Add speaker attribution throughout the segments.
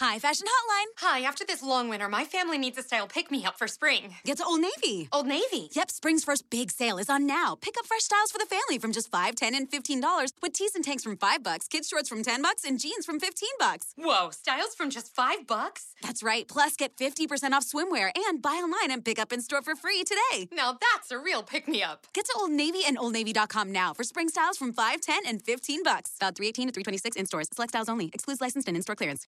Speaker 1: Hi, Fashion Hotline.
Speaker 2: Hi, after this long winter, my family needs a style pick me up for spring.
Speaker 1: Get to Old Navy.
Speaker 2: Old Navy.
Speaker 1: Yep, spring's first big sale is on now. Pick up fresh styles for the family from just 5 10 and $15 with tees and tanks from 5 bucks, kids shorts from 10 bucks, and jeans from 15 bucks.
Speaker 2: Whoa, styles from just five bucks?
Speaker 1: That's right. Plus, get 50% off swimwear and buy online and pick up in store for free today.
Speaker 2: Now that's a real pick me up.
Speaker 1: Get to Old Navy and OldNavy.com now for spring styles from 5 10 and 15 bucks. About 318 to 326 in stores. Select styles only. Excludes licensed and in store clearance.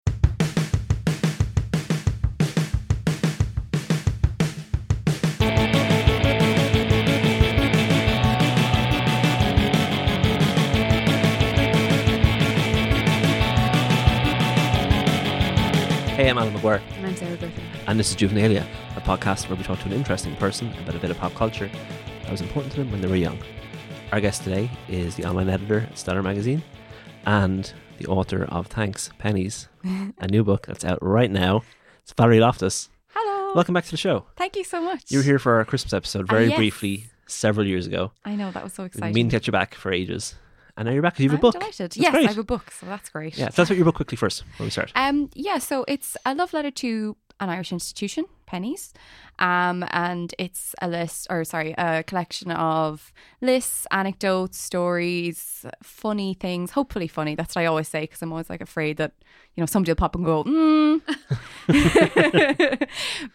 Speaker 3: Hey, I'm Alan McGuire,
Speaker 4: And I'm Sarah Griffin.
Speaker 3: and this is Juvenalia, a podcast where we talk to an interesting person about a bit of pop culture that was important to them when they were young. Our guest today is the online editor at Stellar Magazine and the author of Thanks, Pennies, a new book that's out right now. It's Valerie Loftus.
Speaker 4: Hello.
Speaker 3: Welcome back to the show.
Speaker 4: Thank you so much.
Speaker 3: You were here for our Christmas episode
Speaker 4: Ah,
Speaker 3: very
Speaker 4: yes.
Speaker 3: briefly several years ago.
Speaker 4: I know that was so
Speaker 3: We
Speaker 4: exciting.
Speaker 3: mean to get you back for ages. And now you're back 'cause you have
Speaker 4: I'm
Speaker 3: a book.
Speaker 4: delighted.
Speaker 3: That's
Speaker 4: yes,
Speaker 3: great.
Speaker 4: I have a book, so that's great.
Speaker 3: Yeah, tell us about your book quickly first before we start.
Speaker 4: Um, yeah, so it's a love letter to an Irish institution, Pennies, um, and it's a list, or sorry, a collection of lists, anecdotes, stories, funny things. Hopefully, funny. That's what I always say because I'm always like afraid that you know somebody will pop and go, "Hmm, mm.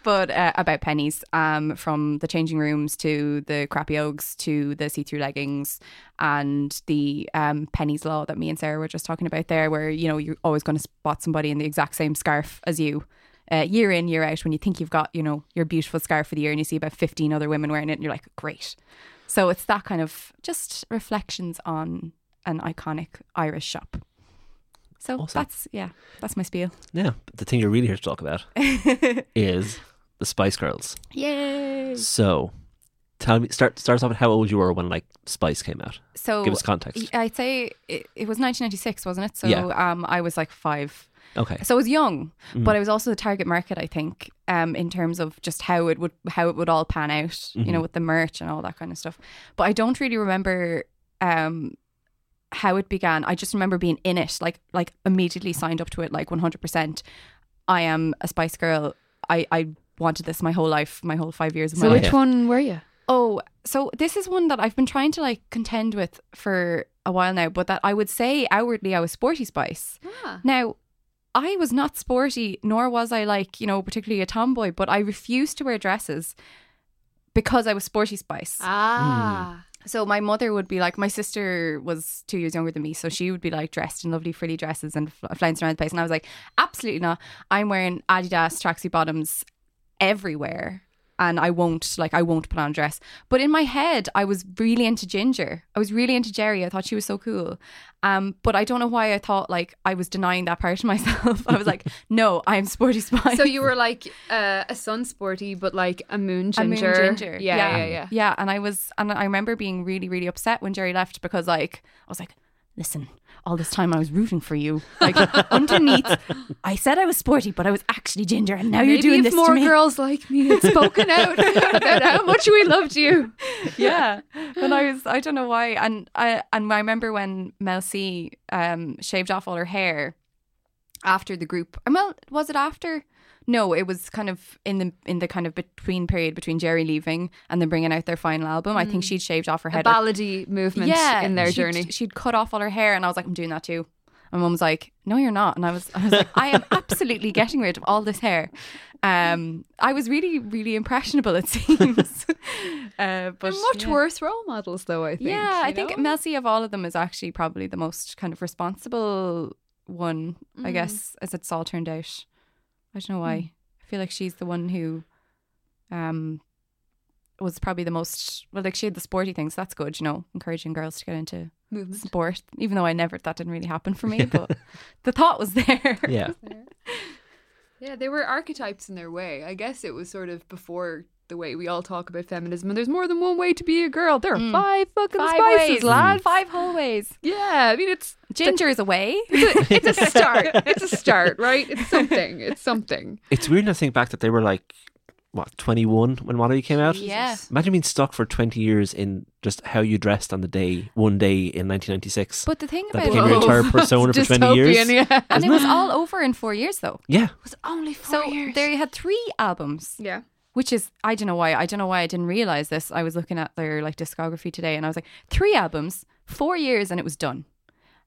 Speaker 4: but uh, about pennies, um, from the changing rooms to the crappy ogs to the see-through leggings and the um, pennies law that me and Sarah were just talking about there, where you know you're always going to spot somebody in the exact same scarf as you. Uh, year in, year out, when you think you've got, you know, your beautiful scarf for the year and you see about 15 other women wearing it and you're like, great. So it's that kind of just reflections on an iconic Irish shop. So
Speaker 3: Awesome.
Speaker 4: that's, yeah, that's my spiel.
Speaker 3: Yeah, but the thing you're really here to talk about is the Spice Girls.
Speaker 4: Yay.
Speaker 3: So, tell me, start start us off with how old you were when like Spice came out.
Speaker 4: So
Speaker 3: Give us context.
Speaker 4: y- I'd say it, it was 1996, wasn't it? So
Speaker 3: Yeah.
Speaker 4: um, I was like five.
Speaker 3: Okay,
Speaker 4: So I was young, but I was also the target market, I think, um, in terms of just how it would how it would all pan out, you know, with the merch and all that kind of stuff. But I don't really remember um how it began. I just remember being in it, like like immediately signed up to it, like one hundred percent. I am a Spice Girl. I I wanted this my whole life, my whole five years of my
Speaker 3: So
Speaker 4: life.
Speaker 3: which
Speaker 4: one were you? Oh, so this is one that I've been trying to like contend with for a while now, but that I would say outwardly I was Sporty Spice. Now, I was not sporty, nor was I like, you know, particularly a tomboy, but I refused to wear dresses because I was Sporty Spice.
Speaker 5: Ah.
Speaker 4: So my mother would be like, my sister was two years younger than me, so she would be like dressed in lovely frilly dresses and fl- flouncing around the place, and I was like, absolutely not. I'm wearing Adidas tracksuit bottoms everywhere, and I won't like I won't put on a dress. But in my head, I was really into Ginger. I was really into Jerry. I thought she was so cool. Um, but I don't know why I thought like I was denying that part of myself. I was like, no, I'm sporty spice.
Speaker 5: So you were like uh, a sun sporty, but like a moon
Speaker 4: A
Speaker 5: ginger.
Speaker 4: moon ginger.
Speaker 5: Yeah, yeah, yeah.
Speaker 4: Yeah, and I was, and I remember being really, really upset when Jerry left because, like, I was like, listen, all this time I was rooting for you. Like, underneath, I said I was sporty, but I was actually ginger, and now
Speaker 5: Maybe
Speaker 4: you're doing
Speaker 5: if
Speaker 4: this
Speaker 5: more
Speaker 4: to me.
Speaker 5: girls like me had spoken out about how much we loved you.
Speaker 4: yeah. And I was, I don't know why. And I, and I remember when Mel C um, shaved off all her hair after the group. Or Mel, was it after? No, it was kind of in the in the kind of between period between Jerry leaving and then bringing out their final album. I think she'd shaved off her
Speaker 5: Mm. A
Speaker 4: head. or
Speaker 5: ballady movement in their
Speaker 4: she'd-
Speaker 5: journey.
Speaker 4: She'd cut off all her hair, and I was like, I'm doing that too. And mum was like, No, you're not. And I was, I was like, I am absolutely getting rid of all this hair. Um, I was really, really impressionable. It seems, uh, but
Speaker 5: They're much
Speaker 4: yeah.
Speaker 5: worse role models, though. I think.
Speaker 4: yeah, I
Speaker 5: you
Speaker 4: think
Speaker 5: know?
Speaker 4: Mel C of all of them is actually probably the most kind of responsible one, I
Speaker 5: Mm.
Speaker 4: guess, as it's all turned out. I don't know why.
Speaker 5: Hmm.
Speaker 4: I feel like she's the one who um was probably the most well, like she had the sporty things, that's good, you know, encouraging girls to get into
Speaker 5: movement.
Speaker 4: sport. Even though I never that didn't really happen for me, but the thought was there.
Speaker 3: yeah,
Speaker 5: Yeah, they were archetypes in their way. I guess it was sort of before the way we all talk about feminism. And there's more than one way to be a girl. There are five fucking
Speaker 4: Mm. Five
Speaker 5: spices,
Speaker 4: ways,
Speaker 5: lad.
Speaker 4: Five whole ways.
Speaker 5: Yeah, I mean it's
Speaker 4: Ginger is away.
Speaker 5: it's a, it's a start. It's a start, right? It's something. It's something.
Speaker 3: it's weird to think back that they were like what, 21 when Wallaby came out?
Speaker 2: Yeah.
Speaker 3: Imagine being stuck for 20 years in just how you dressed on the day, one day in 1996.
Speaker 4: But the thing
Speaker 3: that
Speaker 4: about
Speaker 3: became your
Speaker 5: Whoa.
Speaker 3: entire persona for 20 years.
Speaker 5: Dystopian, yeah.
Speaker 4: and it was all over in four years though.
Speaker 3: Yeah.
Speaker 5: was only four
Speaker 4: So there you had three albums,
Speaker 5: yeah.
Speaker 4: which is I don't know why I don't know why I didn't realize this. I was looking at their like discography today, and I was like, three albums, four years, and it was done.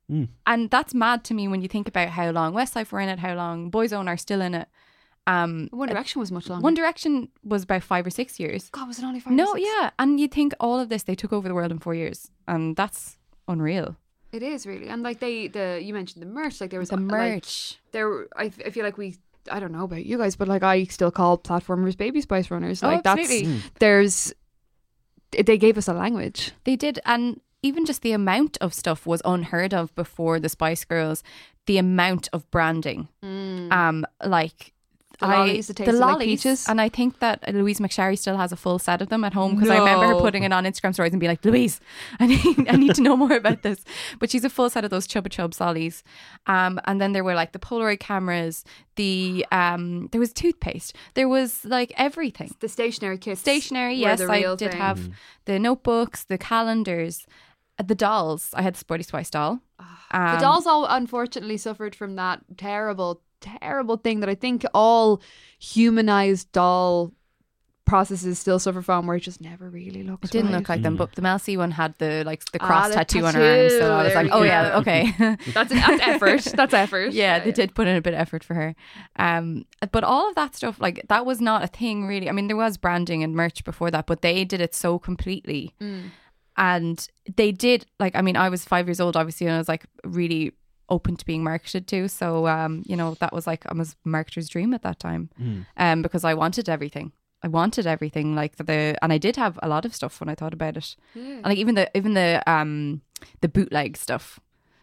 Speaker 3: Mm.
Speaker 4: And that's mad to me when you think about how long Westlife were in it, how long Boyzone are still in it. Um,
Speaker 5: One Direction was much longer.
Speaker 4: One Direction was about five or six years.
Speaker 5: God, was it only five? or
Speaker 4: No,
Speaker 5: six?
Speaker 4: yeah, and you think all of this they took over the world in four years, and that's unreal.
Speaker 5: It is really, and like they, the you mentioned the merch, like there was
Speaker 4: The
Speaker 5: like,
Speaker 4: merch,
Speaker 5: there, were- I, I feel like we, I don't know about you guys, but like I still call platformers baby spice runners.
Speaker 4: Oh,
Speaker 5: Like
Speaker 4: absolutely.
Speaker 5: that's there's, they gave us a language.
Speaker 4: they did, and even just the amount of stuff was unheard of before the Spice Girls. The amount of branding, um, like.
Speaker 5: Mm. The
Speaker 4: I-
Speaker 5: lollies that tasted like peaches.
Speaker 4: and I think that Louise McSherry still has a full set of them at home because I remember her
Speaker 5: No.
Speaker 4: putting it on Instagram stories and being like, "Louise, I need, I need to know more about this." But she's a full set of those Chubba Chubs lollies, um, and then there were like the Polaroid cameras, the um, there was toothpaste, there was like everything
Speaker 5: The stationary kits.
Speaker 4: stationery.
Speaker 5: were
Speaker 4: Yes,
Speaker 5: the
Speaker 4: I
Speaker 5: real
Speaker 4: did
Speaker 5: thing.
Speaker 4: have the notebooks, the calendars, uh, the dolls. I had the Sporty Spice doll.
Speaker 5: Ah, the
Speaker 4: Um,
Speaker 5: dolls all unfortunately suffered from that terrible, terrible thing that I think all humanized doll processes still suffer from, where it just never really looks.
Speaker 4: It didn't
Speaker 5: right.
Speaker 4: look like them, but the Melcy one had the like the
Speaker 5: Ah,
Speaker 4: cross
Speaker 5: the
Speaker 4: tattoo, on her arm, so I was
Speaker 5: tattoo, there
Speaker 4: like,
Speaker 5: we
Speaker 4: oh
Speaker 5: go.
Speaker 4: yeah, okay.
Speaker 5: That's, that's effort. That's effort.
Speaker 4: yeah, they did put in a bit of effort for her. Um, but all of that stuff, like that was not a thing really. I mean, there was branding and merch before that, but they did it so completely.
Speaker 5: Mm.
Speaker 4: And they did like, I mean, I was five years old, obviously, and I was like really open to being marketed to. So, um, you know, that was like I was a marketer's dream at that time, um, because I wanted everything. I wanted everything like the, and I did have a lot of stuff when I thought about it, and like even the even the um the bootleg stuff,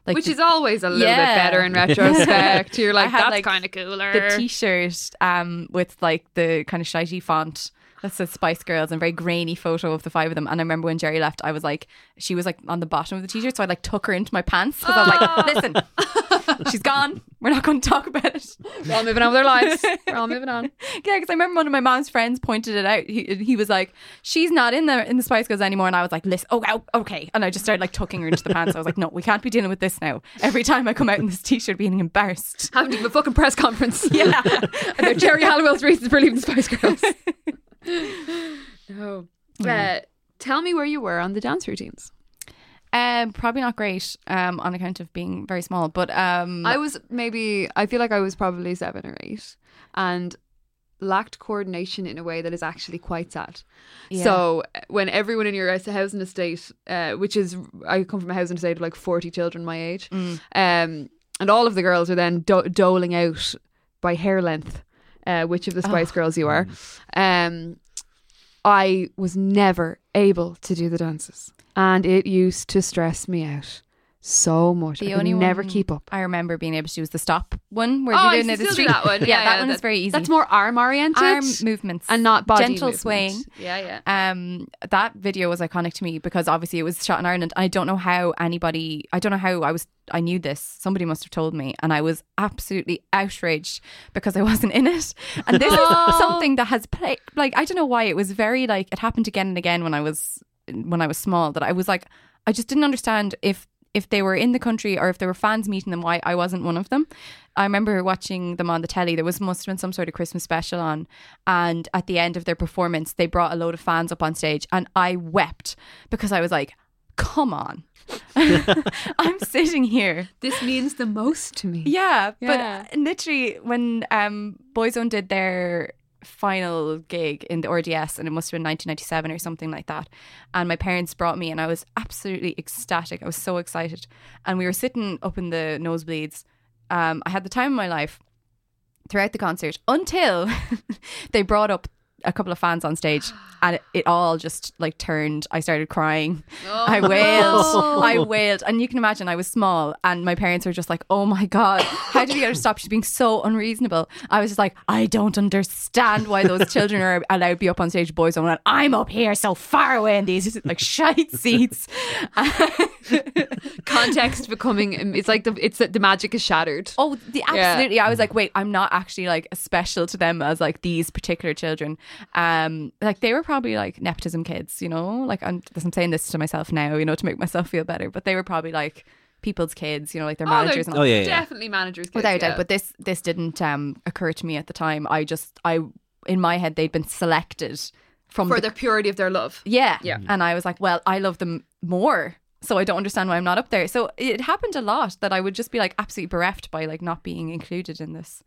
Speaker 4: like
Speaker 5: Which
Speaker 4: the-
Speaker 5: is always a little
Speaker 4: Yeah.
Speaker 5: bit better in retrospect. You're
Speaker 4: I
Speaker 5: like,
Speaker 4: had,
Speaker 5: that's
Speaker 4: like,
Speaker 5: kind of cooler.
Speaker 4: the t-shirt um with like the kind of shitey font that says Spice Girls and very grainy photo of the five of them. And I remember when Jerry left, I was like, she was like on the bottom of the t-shirt, so I like took her into my pants because I was like, listen, she's gone. We're not going to talk about it.
Speaker 5: We're all moving on with our lives. We're all moving on.
Speaker 4: Yeah, because I remember one of my mom's friends pointed it out. He, he was like, "She's not in the in the Spice Girls anymore," and I was like, "Listen, oh, ow, okay." And I just started like tucking her into the pants. I was like, "No, we can't be dealing with this now." Every time I come out in this t-shirt, being embarrassed.
Speaker 5: Having to give a fucking press conference.
Speaker 4: Yeah,
Speaker 5: about Jerry Halliwell's reasons for leaving the Spice Girls. no. Uh, tell me where you were on the dance routines.
Speaker 4: Um, probably not great. Um, on account of being very small, but um,
Speaker 5: I was maybe I feel like I was probably seven or eight, and lacked coordination in a way that is actually quite sad.
Speaker 4: Yeah.
Speaker 5: So uh, when everyone in your house- housing estate, uh, which is I come from a housing estate of like forty children my age,
Speaker 4: Mm.
Speaker 5: um, and all of the girls are then do- doling out by hair length, uh, which of the Spice
Speaker 4: Oh.
Speaker 5: Girls you are. Um, I was never able to do the dances, and it used to stress me out so much.
Speaker 4: the
Speaker 5: I could
Speaker 4: only
Speaker 5: never
Speaker 4: one
Speaker 5: keep up.
Speaker 4: I remember being able to do was the stop one where
Speaker 5: Oh, I
Speaker 4: you're doing it
Speaker 5: still
Speaker 4: the
Speaker 5: do
Speaker 4: street.
Speaker 5: that one.
Speaker 4: Yeah,
Speaker 5: Yeah,
Speaker 4: that
Speaker 5: yeah,
Speaker 4: one's
Speaker 5: that-
Speaker 4: very easy.
Speaker 5: That's more arm oriented
Speaker 4: arm movements
Speaker 5: and not body
Speaker 4: gentle
Speaker 5: movement.
Speaker 4: swaying.
Speaker 5: Yeah, yeah.
Speaker 4: Um, that video was iconic to me because obviously it was shot in Ireland. I don't know how anybody, I don't know how I was, I knew this. Somebody must have told me, and I was absolutely outraged because I wasn't in it. And this is something that has played, like I don't know why it was very like it happened again and again when I was when I was small that I was like I just didn't understand if if they were in the country or if there were fans meeting them, why I wasn't one of them. I remember watching them on the telly. There was must have been some sort of Christmas special on, and at the end of their performance, they brought a load of fans up on stage, and I wept because I was like, "Come on, I'm sitting here."
Speaker 5: This means the most to me.
Speaker 4: Yeah,
Speaker 5: Yeah.
Speaker 4: but literally when um, Boyzone did their final gig in the RDS, and it must have been 1997 or something like that, and my parents brought me, and I was absolutely ecstatic. I was so excited, and we were sitting up in the nosebleeds. Um, I had the time of my life throughout the concert until they brought up a couple of fans on stage and it, it all just like turned i started crying i wailed i wailed and you can imagine i was small and my parents were just like oh my god how did you get her to stop she's being so unreasonable i was just like i don't understand why those children are allowed to be up on stage boys and i'm up here so far away in these like shite seats
Speaker 5: Context
Speaker 4: um,
Speaker 5: becoming it's like the it's the magic is shattered.
Speaker 4: Oh, the, absolutely. I was like, wait, I'm not actually like as special to them as like these particular children. Um, like they were probably like nepotism kids, you know. Like I'm, I'm saying this to myself now, you know, to make myself feel better. But they were probably like people's kids, you know, like their managers. and all
Speaker 3: Oh, yeah, yeah.
Speaker 5: definitely managers. Kids,
Speaker 4: without a
Speaker 5: yeah.
Speaker 4: doubt. But this this didn't um, occur to me at the time. I just I in my head they'd been selected from
Speaker 5: for
Speaker 4: the
Speaker 5: the purity of their love.
Speaker 4: yeah.
Speaker 5: Yeah.
Speaker 4: And I was like, well, I love them more. So I don't understand why I'm not up there. So it happened a lot that I would just be like absolutely bereft by like not being included in this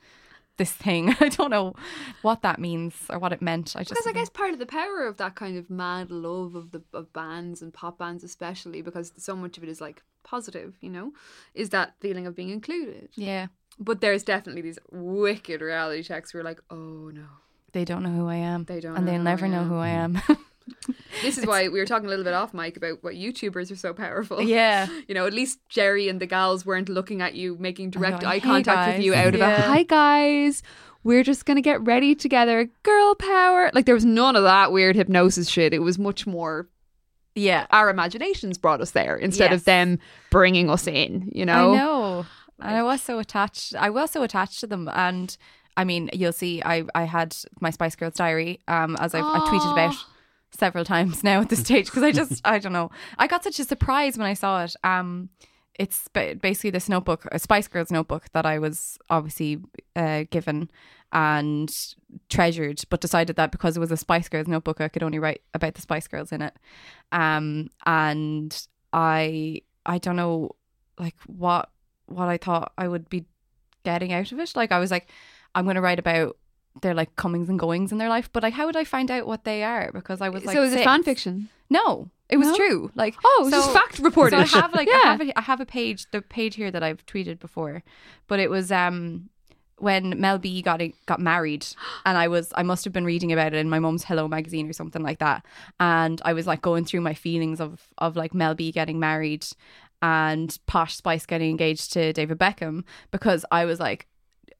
Speaker 4: this thing. I don't know what that means or what it meant. I just
Speaker 5: Because I guess part of the power of that kind of mad love of the of bands and pop bands, especially because so much of it is like positive, you know, is that feeling of being included.
Speaker 4: yeah,
Speaker 5: But there's definitely these wicked reality checks where you're like, oh no,
Speaker 4: they don't know who I am.
Speaker 5: They don't
Speaker 4: and
Speaker 5: know
Speaker 4: they'll
Speaker 5: who
Speaker 4: never
Speaker 5: I
Speaker 4: know
Speaker 5: am.
Speaker 4: who I am.
Speaker 5: this is why we were talking a little bit off mic about what YouTubers are so powerful.
Speaker 4: yeah.
Speaker 5: You know, at least Jerry and the gals weren't looking at you, making direct
Speaker 4: going,
Speaker 5: eye
Speaker 4: "Hey,
Speaker 5: contact
Speaker 4: guys."
Speaker 5: with you out of
Speaker 4: Yeah.
Speaker 5: a hi guys. We're just gonna get ready together, girl power. Like there was none of that weird hypnosis shit. It was much more
Speaker 4: Yeah.
Speaker 5: our imaginations brought us there instead
Speaker 4: Yes.
Speaker 5: of them bringing us in. You know,
Speaker 4: I know. And I was so attached. I was so attached to them. And I mean, you'll see. I I had my Spice Girls diary, um, as I've I tweeted about several times now at this stage because I just I don't know. I got such a surprise when I saw it. Um, it's ba- basically this notebook, a Spice Girls notebook that I was obviously uh, given and treasured, but decided that because it was a Spice Girls notebook, I could only write about the Spice Girls in it. Um, and I I don't know like what what I thought I would be getting out of it. Like I was like, I'm gonna write about their like comings and goings in their life, but like how would I find out what they are? Because I was like,
Speaker 5: so is it
Speaker 4: six.
Speaker 5: fan fiction?
Speaker 4: No, it was
Speaker 5: No?
Speaker 4: true. Like
Speaker 5: Oh, it's just fact reporting.
Speaker 4: So I have like I,
Speaker 5: Yeah.
Speaker 4: have a, I have a page, the page here that I've tweeted before, but it was um when Mel B got got married, and I was I must have been reading about it in my mom's Hello magazine or something like that, and I was like going through my feelings of of like Mel B getting married, and Posh Spice getting engaged to David Beckham because I was like.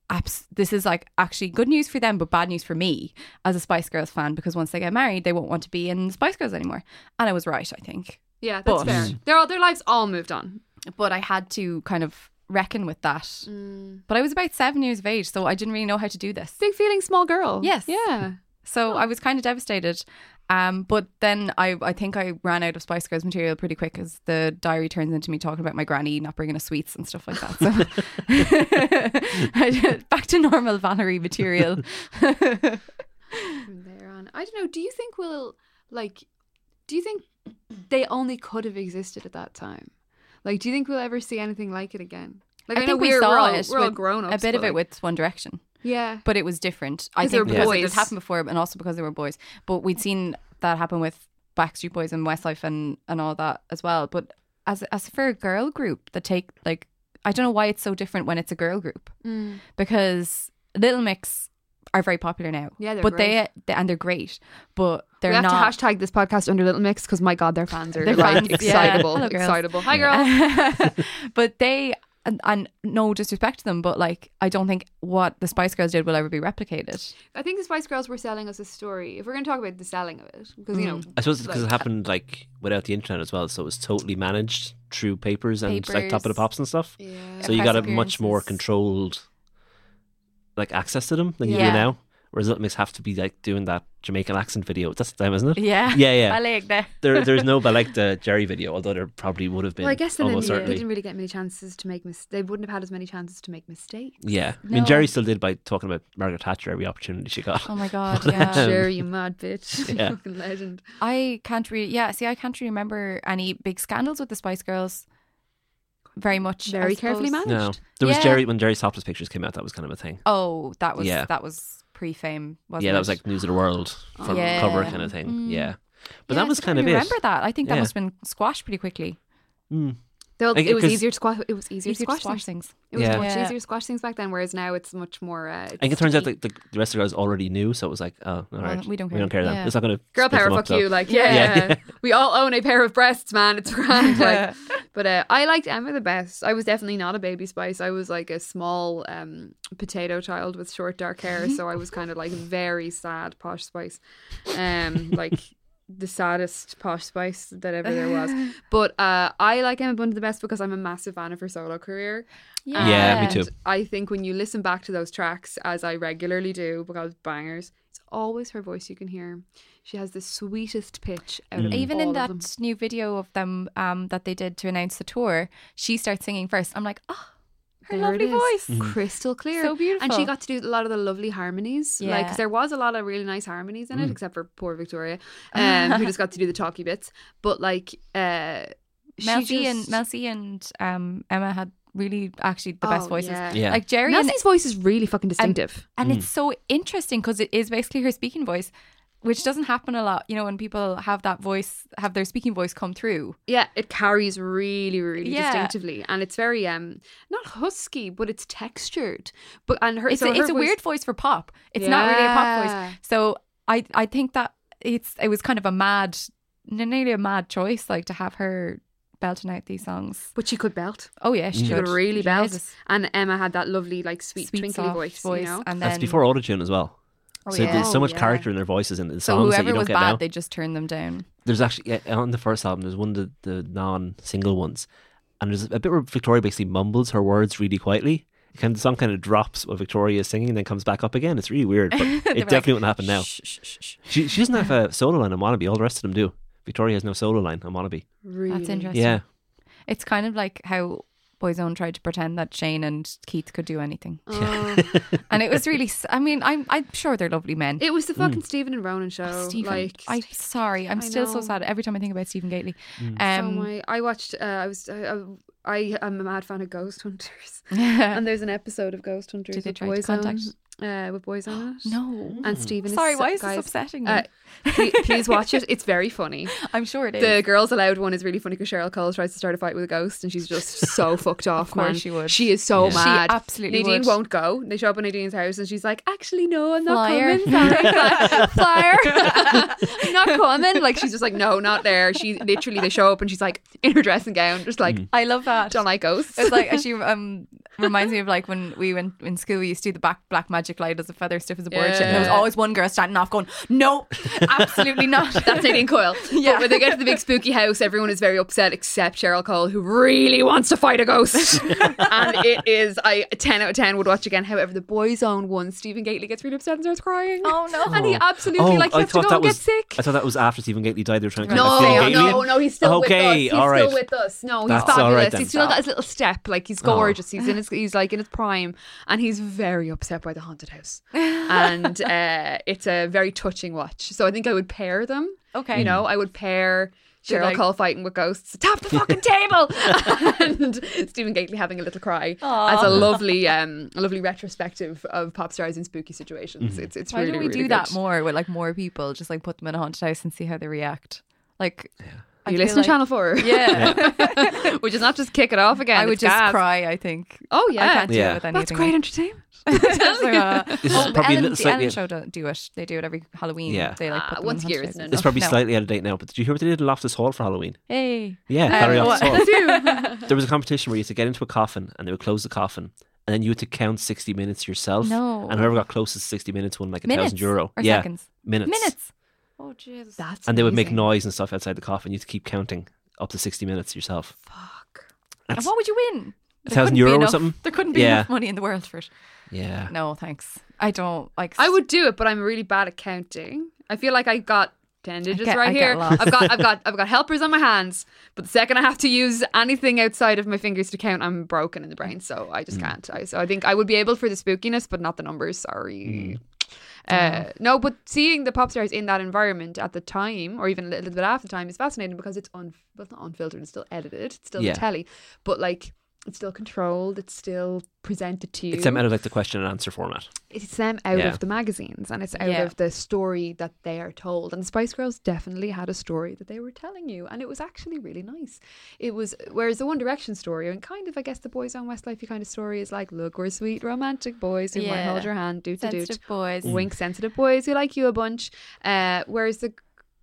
Speaker 4: Abs- this is like actually good news for them, but bad news for me as a Spice Girls fan because once they get married, they won't want to be in Spice Girls anymore. And I was right, I think
Speaker 5: Yeah, that's
Speaker 4: But-
Speaker 5: fair. They're all, their lives all moved on.
Speaker 4: but I had to kind of reckon with that.
Speaker 5: Mm.
Speaker 4: But I was about seven years of age, so I didn't really know how to do this.
Speaker 5: Big feeling, small girl.
Speaker 4: Yes.
Speaker 5: Yeah.
Speaker 4: So I was kind of devastated. Um, but then I, I think I ran out of Spice Girls material pretty quick because the diary turns into me talking about my granny not bringing us sweets and stuff like that. So I did- back to normal Valerie material.
Speaker 5: From there on, I don't know. Do you think we'll like? Do you think they only could have existed at that time? Like, do you think we'll ever see anything like it again? Like,
Speaker 4: I think
Speaker 5: know
Speaker 4: we
Speaker 5: we're,
Speaker 4: saw
Speaker 5: we're all,
Speaker 4: it
Speaker 5: We're all
Speaker 4: with
Speaker 5: grown ups.
Speaker 4: a bit of it with One Direction.
Speaker 5: yeah.
Speaker 4: but it was different. I
Speaker 5: 'Cause they
Speaker 4: think
Speaker 5: were
Speaker 4: because it
Speaker 5: boys.
Speaker 4: had happened before, and also because they were boys. But we'd seen that happen with Backstreet Boys and Westlife and and all that as well. But as as for a girl group that take like, I don't know why it's so different when it's a girl group
Speaker 5: Mm.
Speaker 4: because Little Mix are very popular now.
Speaker 5: Yeah, they're
Speaker 4: but They, they and they're great, but
Speaker 5: We
Speaker 4: they're
Speaker 5: have
Speaker 4: not.
Speaker 5: to hashtag this podcast under Little Mix because my god, their fans are
Speaker 4: Their
Speaker 5: like
Speaker 4: fans, yeah.
Speaker 5: excitable,
Speaker 4: Hello, girls.
Speaker 5: excitable. Hi, girl.
Speaker 4: but they and, and no disrespect to them, but like I don't think what the Spice Girls did will ever be replicated.
Speaker 5: I think the Spice Girls were selling us a story. If we're going to talk about the selling of it, because you know,
Speaker 3: I suppose because
Speaker 5: like-
Speaker 3: it happened like without the internet as well, so it was totally managed through papers and like top of the
Speaker 4: Papers.
Speaker 3: pops and stuff.
Speaker 5: yeah.
Speaker 3: So you got a
Speaker 4: press
Speaker 3: much more
Speaker 4: appearances.
Speaker 3: controlled, like access to them than you
Speaker 4: Yeah.
Speaker 3: do now. Whereas Little Mix have to be like doing that Jamaican accent video. That's them, isn't it?
Speaker 4: Yeah,
Speaker 3: Yeah, yeah.
Speaker 4: I like that.
Speaker 3: There, there's no but like the Jerry video, although there probably would have been.
Speaker 5: Well, I guess then
Speaker 3: almost
Speaker 5: they,
Speaker 3: certainly.
Speaker 5: didn't really get many chances to make mis- They wouldn't have had as many chances to make mistakes.
Speaker 3: Yeah, I
Speaker 4: No.
Speaker 3: mean Jerry still did by talking about Margaret Thatcher every opportunity she got.
Speaker 4: Oh my god,
Speaker 3: Well,
Speaker 4: yeah.
Speaker 3: Um,
Speaker 5: Sure, you mad bitch,
Speaker 3: yeah.
Speaker 5: fucking legend.
Speaker 4: I can't really, yeah. See, I can't really remember any big scandals with the Spice Girls very much. I
Speaker 5: Very carefully
Speaker 4: suppose.
Speaker 5: managed.
Speaker 3: No, there was
Speaker 4: Yeah.
Speaker 3: Jerry when Jerry Topless pictures came out. That was kind of a thing.
Speaker 4: Oh, that was
Speaker 3: Yeah.
Speaker 4: that was pre-fame. Wasn't
Speaker 3: yeah, that
Speaker 4: it?
Speaker 3: was like News of the World from
Speaker 4: Oh. Yeah.
Speaker 3: cover kind of thing.
Speaker 4: Mm.
Speaker 3: Yeah, but
Speaker 4: Yeah,
Speaker 3: that was
Speaker 4: so I don't
Speaker 3: kind of
Speaker 4: remember
Speaker 3: it.
Speaker 4: that. I think that
Speaker 3: Yeah.
Speaker 4: must have been squashed pretty quickly.
Speaker 3: Mm.
Speaker 5: Well,
Speaker 3: I-
Speaker 5: it was
Speaker 3: 'cause-
Speaker 5: easier to squash. It was easier,
Speaker 4: Easier
Speaker 5: to
Speaker 4: to
Speaker 5: squash,
Speaker 4: squash
Speaker 5: things.
Speaker 4: things.
Speaker 5: It was
Speaker 3: Yeah.
Speaker 5: much
Speaker 4: Yeah.
Speaker 5: easier to squash things back then, whereas now it's much more. Uh,
Speaker 3: I think it turns out
Speaker 5: sticky.
Speaker 3: that the, the rest of the girls already knew, so it was like, oh, all right,
Speaker 4: we don't
Speaker 3: We don't
Speaker 4: care.
Speaker 3: care then.
Speaker 4: Yeah.
Speaker 3: It's not going to
Speaker 5: girl power, fuck you. Like, yeah,
Speaker 3: Yeah.
Speaker 5: we all own a pair of breasts, man. It's grand. Like, but uh, I liked Emma the best. I was definitely not a baby spice. I was like a small um, potato child with short dark hair, so I was kind of like very sad posh spice. Um, like the saddest posh spice that ever there was. But uh, I like Emma Bunn the best because I'm a massive fan of her solo career.
Speaker 3: Yeah, me
Speaker 5: And
Speaker 3: too.
Speaker 5: I think when you listen back to those tracks, as I regularly do, because bangers, it's always her voice you can hear. She has the sweetest pitch. Out
Speaker 3: Mm.
Speaker 5: of
Speaker 4: Even in
Speaker 5: all
Speaker 4: that
Speaker 5: of them.
Speaker 4: new video of them um, that they did to announce the tour, she starts singing first. I'm like, oh, her
Speaker 5: There it
Speaker 4: lovely
Speaker 5: is.
Speaker 4: voice.
Speaker 3: Mm-hmm.
Speaker 5: crystal clear,
Speaker 4: So
Speaker 5: And she
Speaker 4: beautiful.
Speaker 5: got to do a lot of the lovely harmonies. Like 'cause
Speaker 4: Yeah.
Speaker 5: there was a lot of really nice harmonies
Speaker 3: Mm.
Speaker 5: in it, except for poor Victoria, um, who just got to do the talky bits. But like, uh,
Speaker 4: Mel
Speaker 3: Mm-hmm.
Speaker 5: she
Speaker 4: C and
Speaker 5: just-
Speaker 4: Mel C and um, Emma had really actually the best
Speaker 5: Oh,
Speaker 4: voices.
Speaker 5: yeah.
Speaker 3: Yeah.
Speaker 4: Like Jerry
Speaker 5: Mel
Speaker 4: and
Speaker 5: C's voice is really fucking distinctive.
Speaker 4: and
Speaker 3: Hmm.
Speaker 4: it's so interesting because it is basically her speaking voice which doesn't happen a lot you know when people have that voice have their speaking voice come through
Speaker 5: yeah, it carries really, really
Speaker 4: Yeah.
Speaker 5: distinctively, and it's very um not husky, but it's textured. But and her
Speaker 4: it's,
Speaker 5: so
Speaker 4: a,
Speaker 5: her
Speaker 4: it's a
Speaker 5: voice-
Speaker 4: weird voice for pop it's not really a pop
Speaker 5: Yeah.
Speaker 4: voice so i i think that it's it was kind of a mad nearly a mad choice like to have her belting out these songs
Speaker 5: But she could belt.
Speaker 4: oh yeah she,
Speaker 3: Mm.
Speaker 5: She could really belt.
Speaker 4: Jesus.
Speaker 5: And Emma had that lovely, like sweet, twinkly
Speaker 4: soft
Speaker 5: voice, You know?
Speaker 4: and then
Speaker 3: That's before autotune as well.
Speaker 4: Oh,
Speaker 3: so
Speaker 4: yeah.
Speaker 3: there's so
Speaker 5: Oh,
Speaker 3: much
Speaker 5: yeah.
Speaker 3: character in their voices and the
Speaker 4: so
Speaker 3: songs that
Speaker 4: whoever
Speaker 3: you don't
Speaker 4: was
Speaker 3: get
Speaker 4: bad
Speaker 3: now.
Speaker 4: they just turned them down
Speaker 3: there's actually yeah, on the first album there's one of the, the non-single ones and there's a bit where victoria basically mumbles her words really quietly It kind of, the song kind of drops while victoria is singing and then comes back up again it's really weird but it definitely wouldn't happen now she, she doesn't have a solo line on wannabe all the rest of them do victoria has no solo line on wannabe
Speaker 5: Really.
Speaker 4: that's interesting
Speaker 3: yeah
Speaker 4: It's kind of like how Boyzone tried to pretend that Shane and Keith could do anything.
Speaker 5: Oh.
Speaker 4: And it was really, s- I mean, I'm, I'm sure they're lovely men.
Speaker 5: It was the fucking Stephen and Ronan show.
Speaker 4: Stephen,
Speaker 5: Oh, like
Speaker 4: I'm sorry. I'm
Speaker 5: I
Speaker 4: still
Speaker 5: know.
Speaker 4: so sad every time I think about Stephen Gately.
Speaker 5: so
Speaker 4: Um,
Speaker 5: my, I watched. Uh, I was. Uh, I am a mad fan of Ghost Hunters, and there's an episode of Ghost Hunters
Speaker 4: they
Speaker 5: with
Speaker 4: try to
Speaker 5: boys
Speaker 4: contact-
Speaker 5: on, uh, with boys on it.
Speaker 4: no.
Speaker 5: And Stephen.
Speaker 4: Sorry,
Speaker 5: is,
Speaker 4: why is this
Speaker 5: guys,
Speaker 4: upsetting me?
Speaker 5: Uh, please, please watch it. It's very funny.
Speaker 4: I'm sure it is.
Speaker 5: The girls allowed one is really funny because Cheryl Cole tries to start a fight with a ghost and she's just so fucked off.
Speaker 4: course
Speaker 5: man.
Speaker 4: she would.
Speaker 5: She is so
Speaker 3: She
Speaker 5: mad.
Speaker 4: absolutely
Speaker 5: Nadine
Speaker 4: would.
Speaker 5: won't go. They show up at Nadine's house and she's like, actually, no, I'm not
Speaker 4: Flyer.
Speaker 5: coming. Sorry, flyer, I'm not coming. Like she's just like, no, not there. She literally they show up and she's like in her dressing gown, just like
Speaker 4: I love that.
Speaker 5: don't like ghosts.
Speaker 4: It's like she um reminds me of like when we went in school. We used to do the black black magic light as a feather, stiff as a board. Shit, and there was
Speaker 5: Yeah.
Speaker 4: always one girl standing off, going, "No, absolutely not."
Speaker 5: That's Nadine Coyle. Yeah. But when they get to the big spooky house, everyone is very upset except Cheryl Cole, who really wants to fight a ghost. and it is, I 10 out of 10 would watch again. However, the boys' own one, Stephen Gately gets really upset and starts crying.
Speaker 4: Oh no!
Speaker 5: And he absolutely, like, he has to go and
Speaker 3: was
Speaker 5: get sick.
Speaker 3: I Oh, thought that was after Stephen Gately died. They were trying to
Speaker 5: No,
Speaker 3: contact Stephen
Speaker 5: no,
Speaker 4: That's
Speaker 3: Gately.
Speaker 5: no, no, he's still with us.
Speaker 3: okay,
Speaker 5: He's
Speaker 3: all right.
Speaker 5: still with us. No, he's
Speaker 3: That's all
Speaker 5: fabulous.
Speaker 3: right then. Oh.
Speaker 5: he's still got his little step. Like he's gorgeous. He's in his he's like in his prime. And he's very upset by the haunted house. and uh, it's a very touching watch. So I think I would pair them.
Speaker 4: Okay.
Speaker 5: You know, I would pair Cheryl
Speaker 4: Mm. like-
Speaker 5: Cole fighting with ghosts, tap the fucking table, and Stephen Gately having a little cry as a lovely, um, a lovely retrospective of pop stars in spooky situations. It's it's
Speaker 4: Mm-hmm. Why
Speaker 5: really
Speaker 4: don't we
Speaker 5: really
Speaker 4: do
Speaker 5: good.
Speaker 4: that more with like more people? Just like put them in a haunted house and see how they react. Like, I
Speaker 5: You
Speaker 4: feel
Speaker 5: listen
Speaker 4: like-
Speaker 5: to Channel Four,
Speaker 4: Yeah,
Speaker 5: which is not just kick it off again.
Speaker 4: I would
Speaker 5: it's
Speaker 4: just
Speaker 5: gas.
Speaker 4: cry. I think.
Speaker 5: Oh
Speaker 4: I
Speaker 5: yeah,
Speaker 4: can't deal
Speaker 3: Yeah.
Speaker 4: with anything.
Speaker 5: that's great entertainment.
Speaker 4: That's like, uh,
Speaker 3: is probably a
Speaker 4: oh,
Speaker 3: little
Speaker 4: Ellen, the Ellen
Speaker 3: slightly-
Speaker 4: show don't do it. They do it every Halloween.
Speaker 3: Yeah.
Speaker 4: they like put
Speaker 5: Ah,
Speaker 4: them in
Speaker 5: once a year
Speaker 4: haunted
Speaker 5: isn't
Speaker 3: It's
Speaker 4: houses.
Speaker 5: enough.
Speaker 3: probably
Speaker 4: Oh, No.
Speaker 3: slightly out of date now, but did you hear what they did in Loftus Hall for Halloween?
Speaker 4: Hey.
Speaker 3: Yeah,
Speaker 4: Um,
Speaker 3: Harry
Speaker 4: what-
Speaker 3: Office Hall. there was a competition where you had to get into a coffin and they would close the coffin and then you had to count 60 minutes yourself.
Speaker 4: No.
Speaker 3: And whoever got closest to 60 minutes won like a
Speaker 4: Minutes
Speaker 3: thousand euro.
Speaker 4: or
Speaker 3: yeah.
Speaker 4: seconds?
Speaker 3: Minutes.
Speaker 4: Minutes. Oh Jesus.
Speaker 5: That's
Speaker 3: And they would make
Speaker 5: amazing.
Speaker 3: noise and stuff outside the coffin. You had to keep counting up to 60 minutes yourself.
Speaker 5: Fuck.
Speaker 4: And what would you win?
Speaker 3: A thousand
Speaker 4: couldn't be
Speaker 3: euro or
Speaker 4: enough-
Speaker 3: something?
Speaker 4: There couldn't be
Speaker 3: Yeah.
Speaker 4: enough money in the world for it.
Speaker 3: Yeah.
Speaker 4: No, thanks. I don't like.
Speaker 5: I would do it, but I'm really bad at counting. I feel like I got ten digits
Speaker 4: get-
Speaker 5: right
Speaker 4: I get
Speaker 5: here.
Speaker 4: lost.
Speaker 5: I've got I've got I've got helpers on my hands, but the second I have to use anything outside of my fingers to count, I'm broken in the brain, so I
Speaker 4: Mm.
Speaker 5: just can't. I, so I think I would be able for the spookiness, but not the numbers.
Speaker 4: Mm.
Speaker 5: Sorry. Uh, no, but seeing the pop stars in that environment at the time, or even a little bit after the time, is fascinating because it's un- well, it's not unfiltered, it's still edited, it's still
Speaker 3: Yeah.
Speaker 5: the telly, but like it's still controlled, it's still presented to you
Speaker 3: It's them out of like the question and answer format.
Speaker 5: it's them out
Speaker 3: Yeah.
Speaker 5: of the magazines and it's out
Speaker 4: Yeah.
Speaker 5: of the story that they are told. And the Spice Girls definitely had a story that they were telling you, and it was actually really nice. It was whereas the One Direction story and kind of I guess the Boys on Westlifey kind of story is like, look, we're sweet romantic boys who might
Speaker 4: Yeah.
Speaker 5: hold your hand, do to do,
Speaker 4: sensitive boys.
Speaker 5: wink sensitive boys who like you a bunch. Uh, whereas the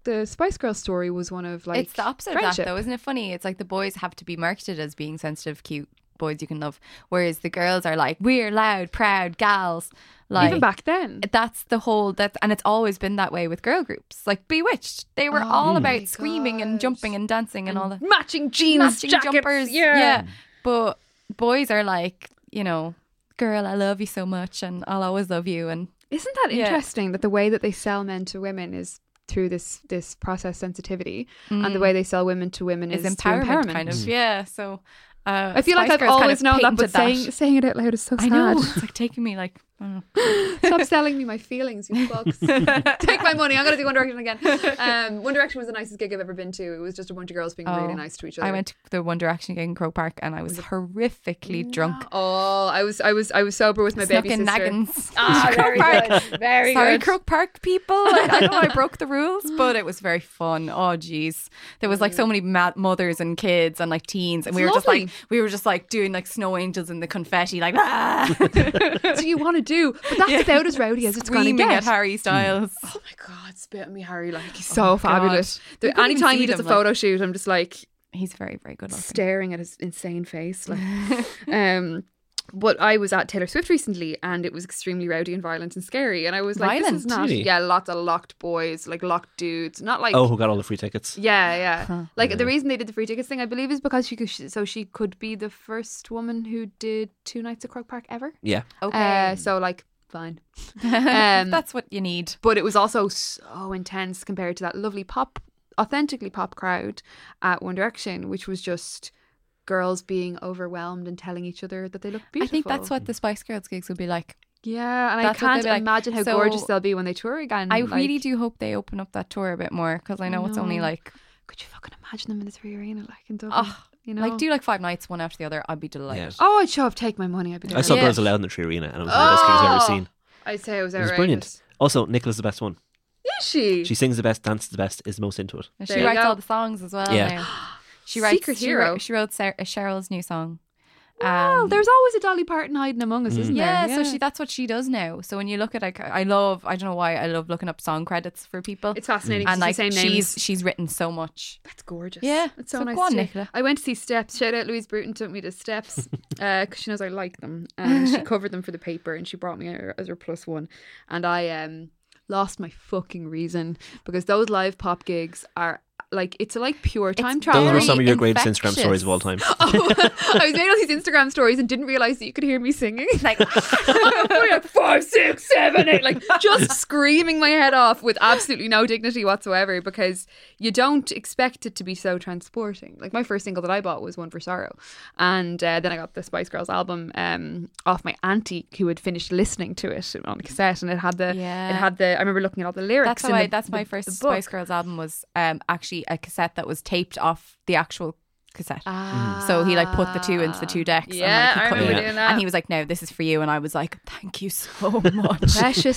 Speaker 5: the Spice Girls story was one of like
Speaker 4: it's the opposite of
Speaker 5: friendship.
Speaker 4: that, though, isn't it funny? It's like the boys have to be marketed as being sensitive, cute boys you can love, whereas the girls are like, we're loud, proud gals. Like
Speaker 5: Even back then.
Speaker 4: that's the whole that and it's always been that way with girl groups. Like Bewitched, they
Speaker 5: Oh
Speaker 4: were all about screaming and jumping and dancing and, all that.
Speaker 5: Matching jeans,
Speaker 4: matching
Speaker 5: jackets,
Speaker 4: jumpers.
Speaker 5: Yeah.
Speaker 4: But boys are like, you know, girl, I love you so much and I'll always love you. And
Speaker 5: Isn't that
Speaker 4: Yeah.
Speaker 5: interesting that the way that they sell men to women is through this this process sensitivity and the way they sell women to women is,
Speaker 4: Mm. is
Speaker 5: through
Speaker 4: empowerment,
Speaker 5: empowerment Hmm.
Speaker 4: kind of. Yeah. So uh,
Speaker 5: I feel like
Speaker 4: Spice
Speaker 5: I've
Speaker 4: Girls kind
Speaker 5: always
Speaker 4: of
Speaker 5: known that,
Speaker 4: painted
Speaker 5: but saying saying it out loud is so
Speaker 4: I
Speaker 5: sad.
Speaker 4: know. It's like taking me like I don't know.
Speaker 5: Stop selling me my feelings, you fucks. Take my money. I'm gonna do One Direction again. Um, One Direction was the nicest gig I've ever been to. It was just a bunch of girls being
Speaker 4: Oh,
Speaker 5: really nice to each other.
Speaker 4: I went to the One Direction gig in Crow Park and I was horrifically drunk.
Speaker 5: Oh, I was I was I was sober with my
Speaker 4: Snuck
Speaker 5: baby
Speaker 4: in
Speaker 5: sister. Oh
Speaker 4: Naggins.
Speaker 5: Ah, very good. Very
Speaker 4: Sorry,
Speaker 5: good.
Speaker 4: Crook Park people. I, I know I broke the rules, but it was very fun. Oh, jeez, there was like so many ma- mothers and kids and like teens, and we were
Speaker 5: Mm. lovely.
Speaker 4: just like we were just like doing like snow angels in the confetti, like ah,
Speaker 5: That's what you want to do, but that's about as rowdy as it's going to
Speaker 4: screaming
Speaker 5: get.
Speaker 4: at Harry Styles.
Speaker 5: Oh my god, spit on me, Harry! Like oh he's so fabulous.
Speaker 4: You
Speaker 5: The,
Speaker 4: couldn't even
Speaker 5: anytime
Speaker 4: see
Speaker 5: he does a
Speaker 4: them,
Speaker 5: photo shoot, I'm just like
Speaker 4: He's very very good looking.
Speaker 5: staring at his insane face. Like, um, but I was at Taylor Swift recently, and it was extremely rowdy and violent and scary. And I was like, this is
Speaker 4: Violent?
Speaker 5: not.
Speaker 3: Really?
Speaker 5: Yeah, lots of locked boys, like locked dudes, not like.
Speaker 3: Oh, who got all the free tickets?
Speaker 5: Yeah, yeah. Like the reason they did the free tickets thing, I believe, is because she could, she, so she could be the first woman who did two nights at Croke Park ever.
Speaker 3: Yeah.
Speaker 4: Okay,
Speaker 5: Uh, so like, fine.
Speaker 4: If
Speaker 5: Um,
Speaker 4: that's what you need.
Speaker 5: but it was also so intense compared to that lovely pop, authentically pop crowd at One Direction, which was just girls being overwhelmed and telling each other that they look
Speaker 4: I
Speaker 5: beautiful.
Speaker 4: think that's what the Spice Girls gigs would be like.
Speaker 5: Yeah, and I
Speaker 4: that's what
Speaker 5: can't
Speaker 4: they'd be like.
Speaker 5: imagine how
Speaker 4: So-
Speaker 5: gorgeous they'll be when they tour again.
Speaker 4: I
Speaker 5: Mm, like-
Speaker 4: really do hope they open up that tour a bit more because I know it's only
Speaker 5: know.
Speaker 4: like
Speaker 5: Could you fucking imagine them in the three arena like in Dublin?
Speaker 4: oh,
Speaker 5: Ah, you know,
Speaker 4: like do like five nights one after the other. I'd be delighted.
Speaker 5: oh, I'd show up, take my money. I'd be.
Speaker 3: I saw
Speaker 5: delighted.
Speaker 3: Girls Aloud in the Tree Arena, and it was one of the best gigs I've ever
Speaker 5: Oh,
Speaker 3: seen.
Speaker 5: I'd say it was
Speaker 3: It was
Speaker 5: outrageous.
Speaker 3: brilliant. Also, Nicola's the best one.
Speaker 5: Is she?
Speaker 3: She sings the best, dances the best, is the most into it.
Speaker 4: And
Speaker 5: There
Speaker 4: she
Speaker 5: you
Speaker 4: writes
Speaker 5: go.
Speaker 4: all the songs as well.
Speaker 3: Yeah.
Speaker 4: Now. She writes.
Speaker 5: Secret
Speaker 4: she
Speaker 5: hero.
Speaker 4: wrote- She wrote, Sar- Cheryl's new song.
Speaker 5: Well,
Speaker 4: Um,
Speaker 5: there's always a Dolly Parton hiding among
Speaker 3: Mm.
Speaker 5: us, isn't
Speaker 4: yeah,
Speaker 5: there?
Speaker 4: so she that's what she does now. So when you look at like, I love, I don't know why I love looking up song credits for people.
Speaker 5: It's
Speaker 3: Mm.
Speaker 5: fascinating. 'cause
Speaker 4: and like
Speaker 5: it's the same names.
Speaker 4: she's she's written so much.
Speaker 5: That's gorgeous.
Speaker 4: Yeah.
Speaker 5: It's so,
Speaker 4: So
Speaker 5: nice.
Speaker 4: go on,
Speaker 5: too.
Speaker 4: Nicola.
Speaker 5: I went to see Steps. Shout out Louise Bruton took me to Steps because she knows I like them. And she covered them for the paper and she brought me her- as her plus one. And I um lost my fucking reason because those live pop gigs are like, it's like pure time travel.
Speaker 3: Those were
Speaker 4: Very
Speaker 3: some of your greatest Instagram
Speaker 4: infectious.
Speaker 3: stories of all time.
Speaker 5: Oh, I was made all these Instagram stories and didn't realize that you could hear me singing. Like, like five, six, seven, eight, like just screaming my head off with absolutely no dignity whatsoever because you don't expect it to be so transporting. Like my first single that I bought was One for Sorrow, and uh, then I got the Spice Girls album um, off my auntie who had finished listening to it on cassette, and it had the
Speaker 4: Yeah.
Speaker 5: it had the. I remember looking at all the lyrics.
Speaker 4: That's how
Speaker 5: in
Speaker 4: I,
Speaker 5: the-
Speaker 4: that's my
Speaker 5: the-
Speaker 4: first
Speaker 5: the book.
Speaker 4: Spice Girls album was um, actually a cassette that was taped off the actual cassette.
Speaker 5: Ah.
Speaker 4: So he like put the two into the two decks.
Speaker 5: Yeah,
Speaker 4: and, like,
Speaker 5: I
Speaker 4: he cut
Speaker 5: remember
Speaker 4: it.
Speaker 5: doing that.
Speaker 4: And he was like, "No, this is for you." And I was like, "Thank you so much."
Speaker 5: precious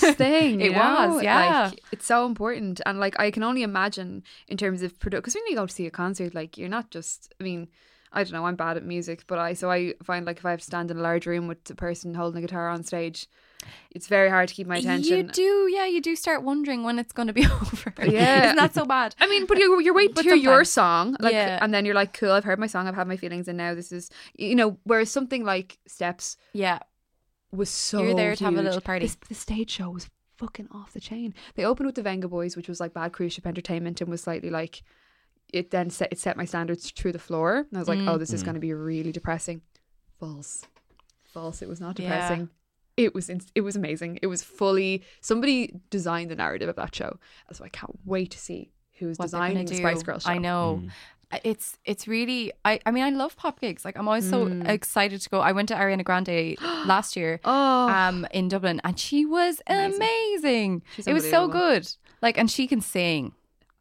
Speaker 5: thing.
Speaker 4: It
Speaker 5: you know?
Speaker 4: was,
Speaker 5: Like,
Speaker 4: yeah.
Speaker 5: it's so important, and like I can only imagine in terms of product. Because when you go to see a concert, like you're not just. I mean, I don't know. I'm bad at music, but I so I find like if I have to stand in a large room with a person holding a guitar on stage, it's very hard to keep my attention.
Speaker 4: You do, yeah. You do start wondering when it's going to be over.
Speaker 5: Yeah.
Speaker 4: isn't that so bad?
Speaker 5: I mean, but you're, you're waiting
Speaker 4: But
Speaker 5: to hear your
Speaker 4: sometimes-
Speaker 5: song, like,
Speaker 4: Yeah.
Speaker 5: and then you're like, "Cool, I've heard my song, I've had my feelings, and now this is, you know." Whereas something like Steps
Speaker 4: Yeah,
Speaker 5: was so
Speaker 4: You're there to have a
Speaker 5: huge.
Speaker 4: little party.
Speaker 5: This- the stage show was fucking off the chain. They opened with the Venga Boys, which was like bad cruise ship entertainment, and was slightly like it. Then set it set my standards through the floor, and I was like, oh, this is going to be really depressing. False, false. It was not
Speaker 4: Yeah.
Speaker 5: depressing. It was ins- it was amazing. It was fully somebody designed the narrative of that show, so I can't wait to see who's
Speaker 4: what they're gonna
Speaker 5: designing the Spice
Speaker 4: do.
Speaker 5: Girls show.
Speaker 4: I know. It's it's really I I mean I love pop gigs like I'm always so
Speaker 5: Mm.
Speaker 4: excited to go. I went to Ariana Grande last year
Speaker 5: Oh,
Speaker 4: um in Dublin and she was amazing.
Speaker 5: She's
Speaker 4: it was so
Speaker 5: unbelievable.
Speaker 4: good. Like and she can sing.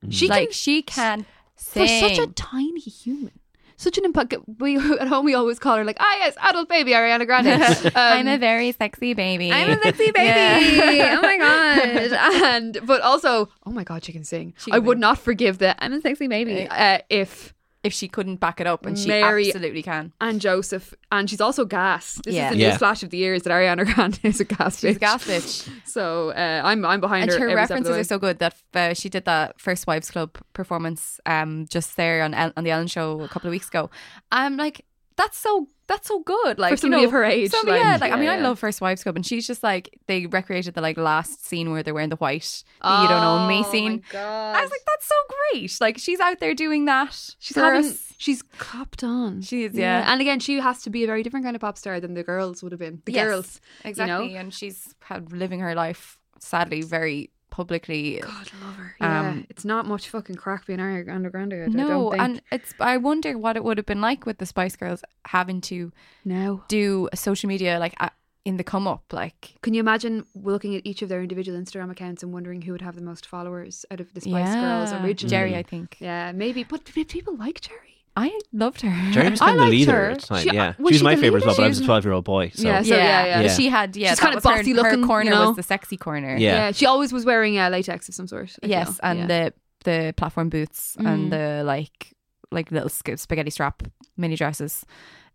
Speaker 5: she
Speaker 4: like
Speaker 5: can
Speaker 4: she can
Speaker 5: for
Speaker 4: sing.
Speaker 5: such a tiny human. Such an impact. We at home we always call her like, ah yes, adult baby Ariana Grande. Um,
Speaker 4: I'm a very sexy baby.
Speaker 5: I'm a sexy baby.
Speaker 4: Yeah.
Speaker 5: Oh my god! And but also, oh my god, she can sing.
Speaker 4: She
Speaker 5: I
Speaker 4: can
Speaker 5: would
Speaker 4: sing.
Speaker 5: not forgive the I'm a sexy baby uh, if
Speaker 4: if she couldn't back it up and she
Speaker 5: Mary-
Speaker 4: absolutely can.
Speaker 5: and Joseph and she's also gas. This
Speaker 4: Yeah.
Speaker 5: is the
Speaker 3: Yeah.
Speaker 5: new flash of the year is that Ariana Grande is a gas
Speaker 4: She's
Speaker 5: bitch.
Speaker 4: gas bitch.
Speaker 5: So uh, I'm I'm behind
Speaker 4: and
Speaker 5: her.
Speaker 4: her
Speaker 5: every step of the
Speaker 4: references
Speaker 5: way.
Speaker 4: are so good that uh, she did that first wives club performance um just there on El- on the ellen show a couple of weeks ago i'm like that's so that's so good. Like
Speaker 5: For
Speaker 4: you
Speaker 5: somebody
Speaker 4: know,
Speaker 5: of her age,
Speaker 4: somebody-
Speaker 5: like,
Speaker 4: yeah, like I
Speaker 5: yeah,
Speaker 4: mean, I
Speaker 5: yeah.
Speaker 4: love First Wives Club, and she's just like they recreated the like last scene where they're wearing the white, the you don't own
Speaker 5: Oh
Speaker 4: me scene. I was like, that's so great. Like she's out there doing that.
Speaker 5: she's
Speaker 4: for
Speaker 5: having,
Speaker 4: us.
Speaker 5: she's copped on.
Speaker 4: She is, yeah.
Speaker 5: And again, she has to be a very different kind of pop star than the girls would have been. The
Speaker 4: Yes,
Speaker 5: girls,
Speaker 4: exactly,
Speaker 5: You know?
Speaker 4: and she's had living her life sadly very publicly.
Speaker 5: God love her. Yeah,
Speaker 4: Um,
Speaker 5: it's not much fucking crack being Ariana Ariana Grande. I don't
Speaker 4: No,
Speaker 5: think.
Speaker 4: and it's I wonder what it would have been like with the Spice Girls having to
Speaker 5: no.
Speaker 4: do social media like a- in the come up, like
Speaker 5: Can you imagine looking at each of their individual Instagram accounts and wondering who would have the most followers out of the Spice Girls
Speaker 4: Yeah.
Speaker 5: originally?
Speaker 4: Jerry, I think
Speaker 5: Yeah, maybe. But did people like Jerry?
Speaker 4: I loved her.
Speaker 3: Jerry was
Speaker 5: Mm, I
Speaker 3: kind of the
Speaker 5: liked
Speaker 3: leader
Speaker 5: her.
Speaker 3: at the time.
Speaker 5: She-
Speaker 3: yeah,
Speaker 5: was
Speaker 3: she was
Speaker 5: she
Speaker 3: my
Speaker 5: the
Speaker 3: favorite as well.
Speaker 5: leader?
Speaker 3: But I was
Speaker 5: She
Speaker 3: a
Speaker 5: was-
Speaker 3: twelve-year-old boy, so
Speaker 5: Yeah, so- yeah, yeah.
Speaker 4: she had yeah.
Speaker 5: She's
Speaker 4: that
Speaker 5: kinda
Speaker 4: was her-
Speaker 5: bossy
Speaker 4: Her
Speaker 5: looking, you
Speaker 4: corner
Speaker 5: know?
Speaker 4: was the sexy corner.
Speaker 3: Yeah.
Speaker 5: she always was wearing uh, latex of some sort. I
Speaker 4: Yes,
Speaker 5: feel.
Speaker 4: and
Speaker 5: Yeah.
Speaker 4: the the platform boots
Speaker 5: Mm.
Speaker 4: and the like like little sc- spaghetti strap mini dresses.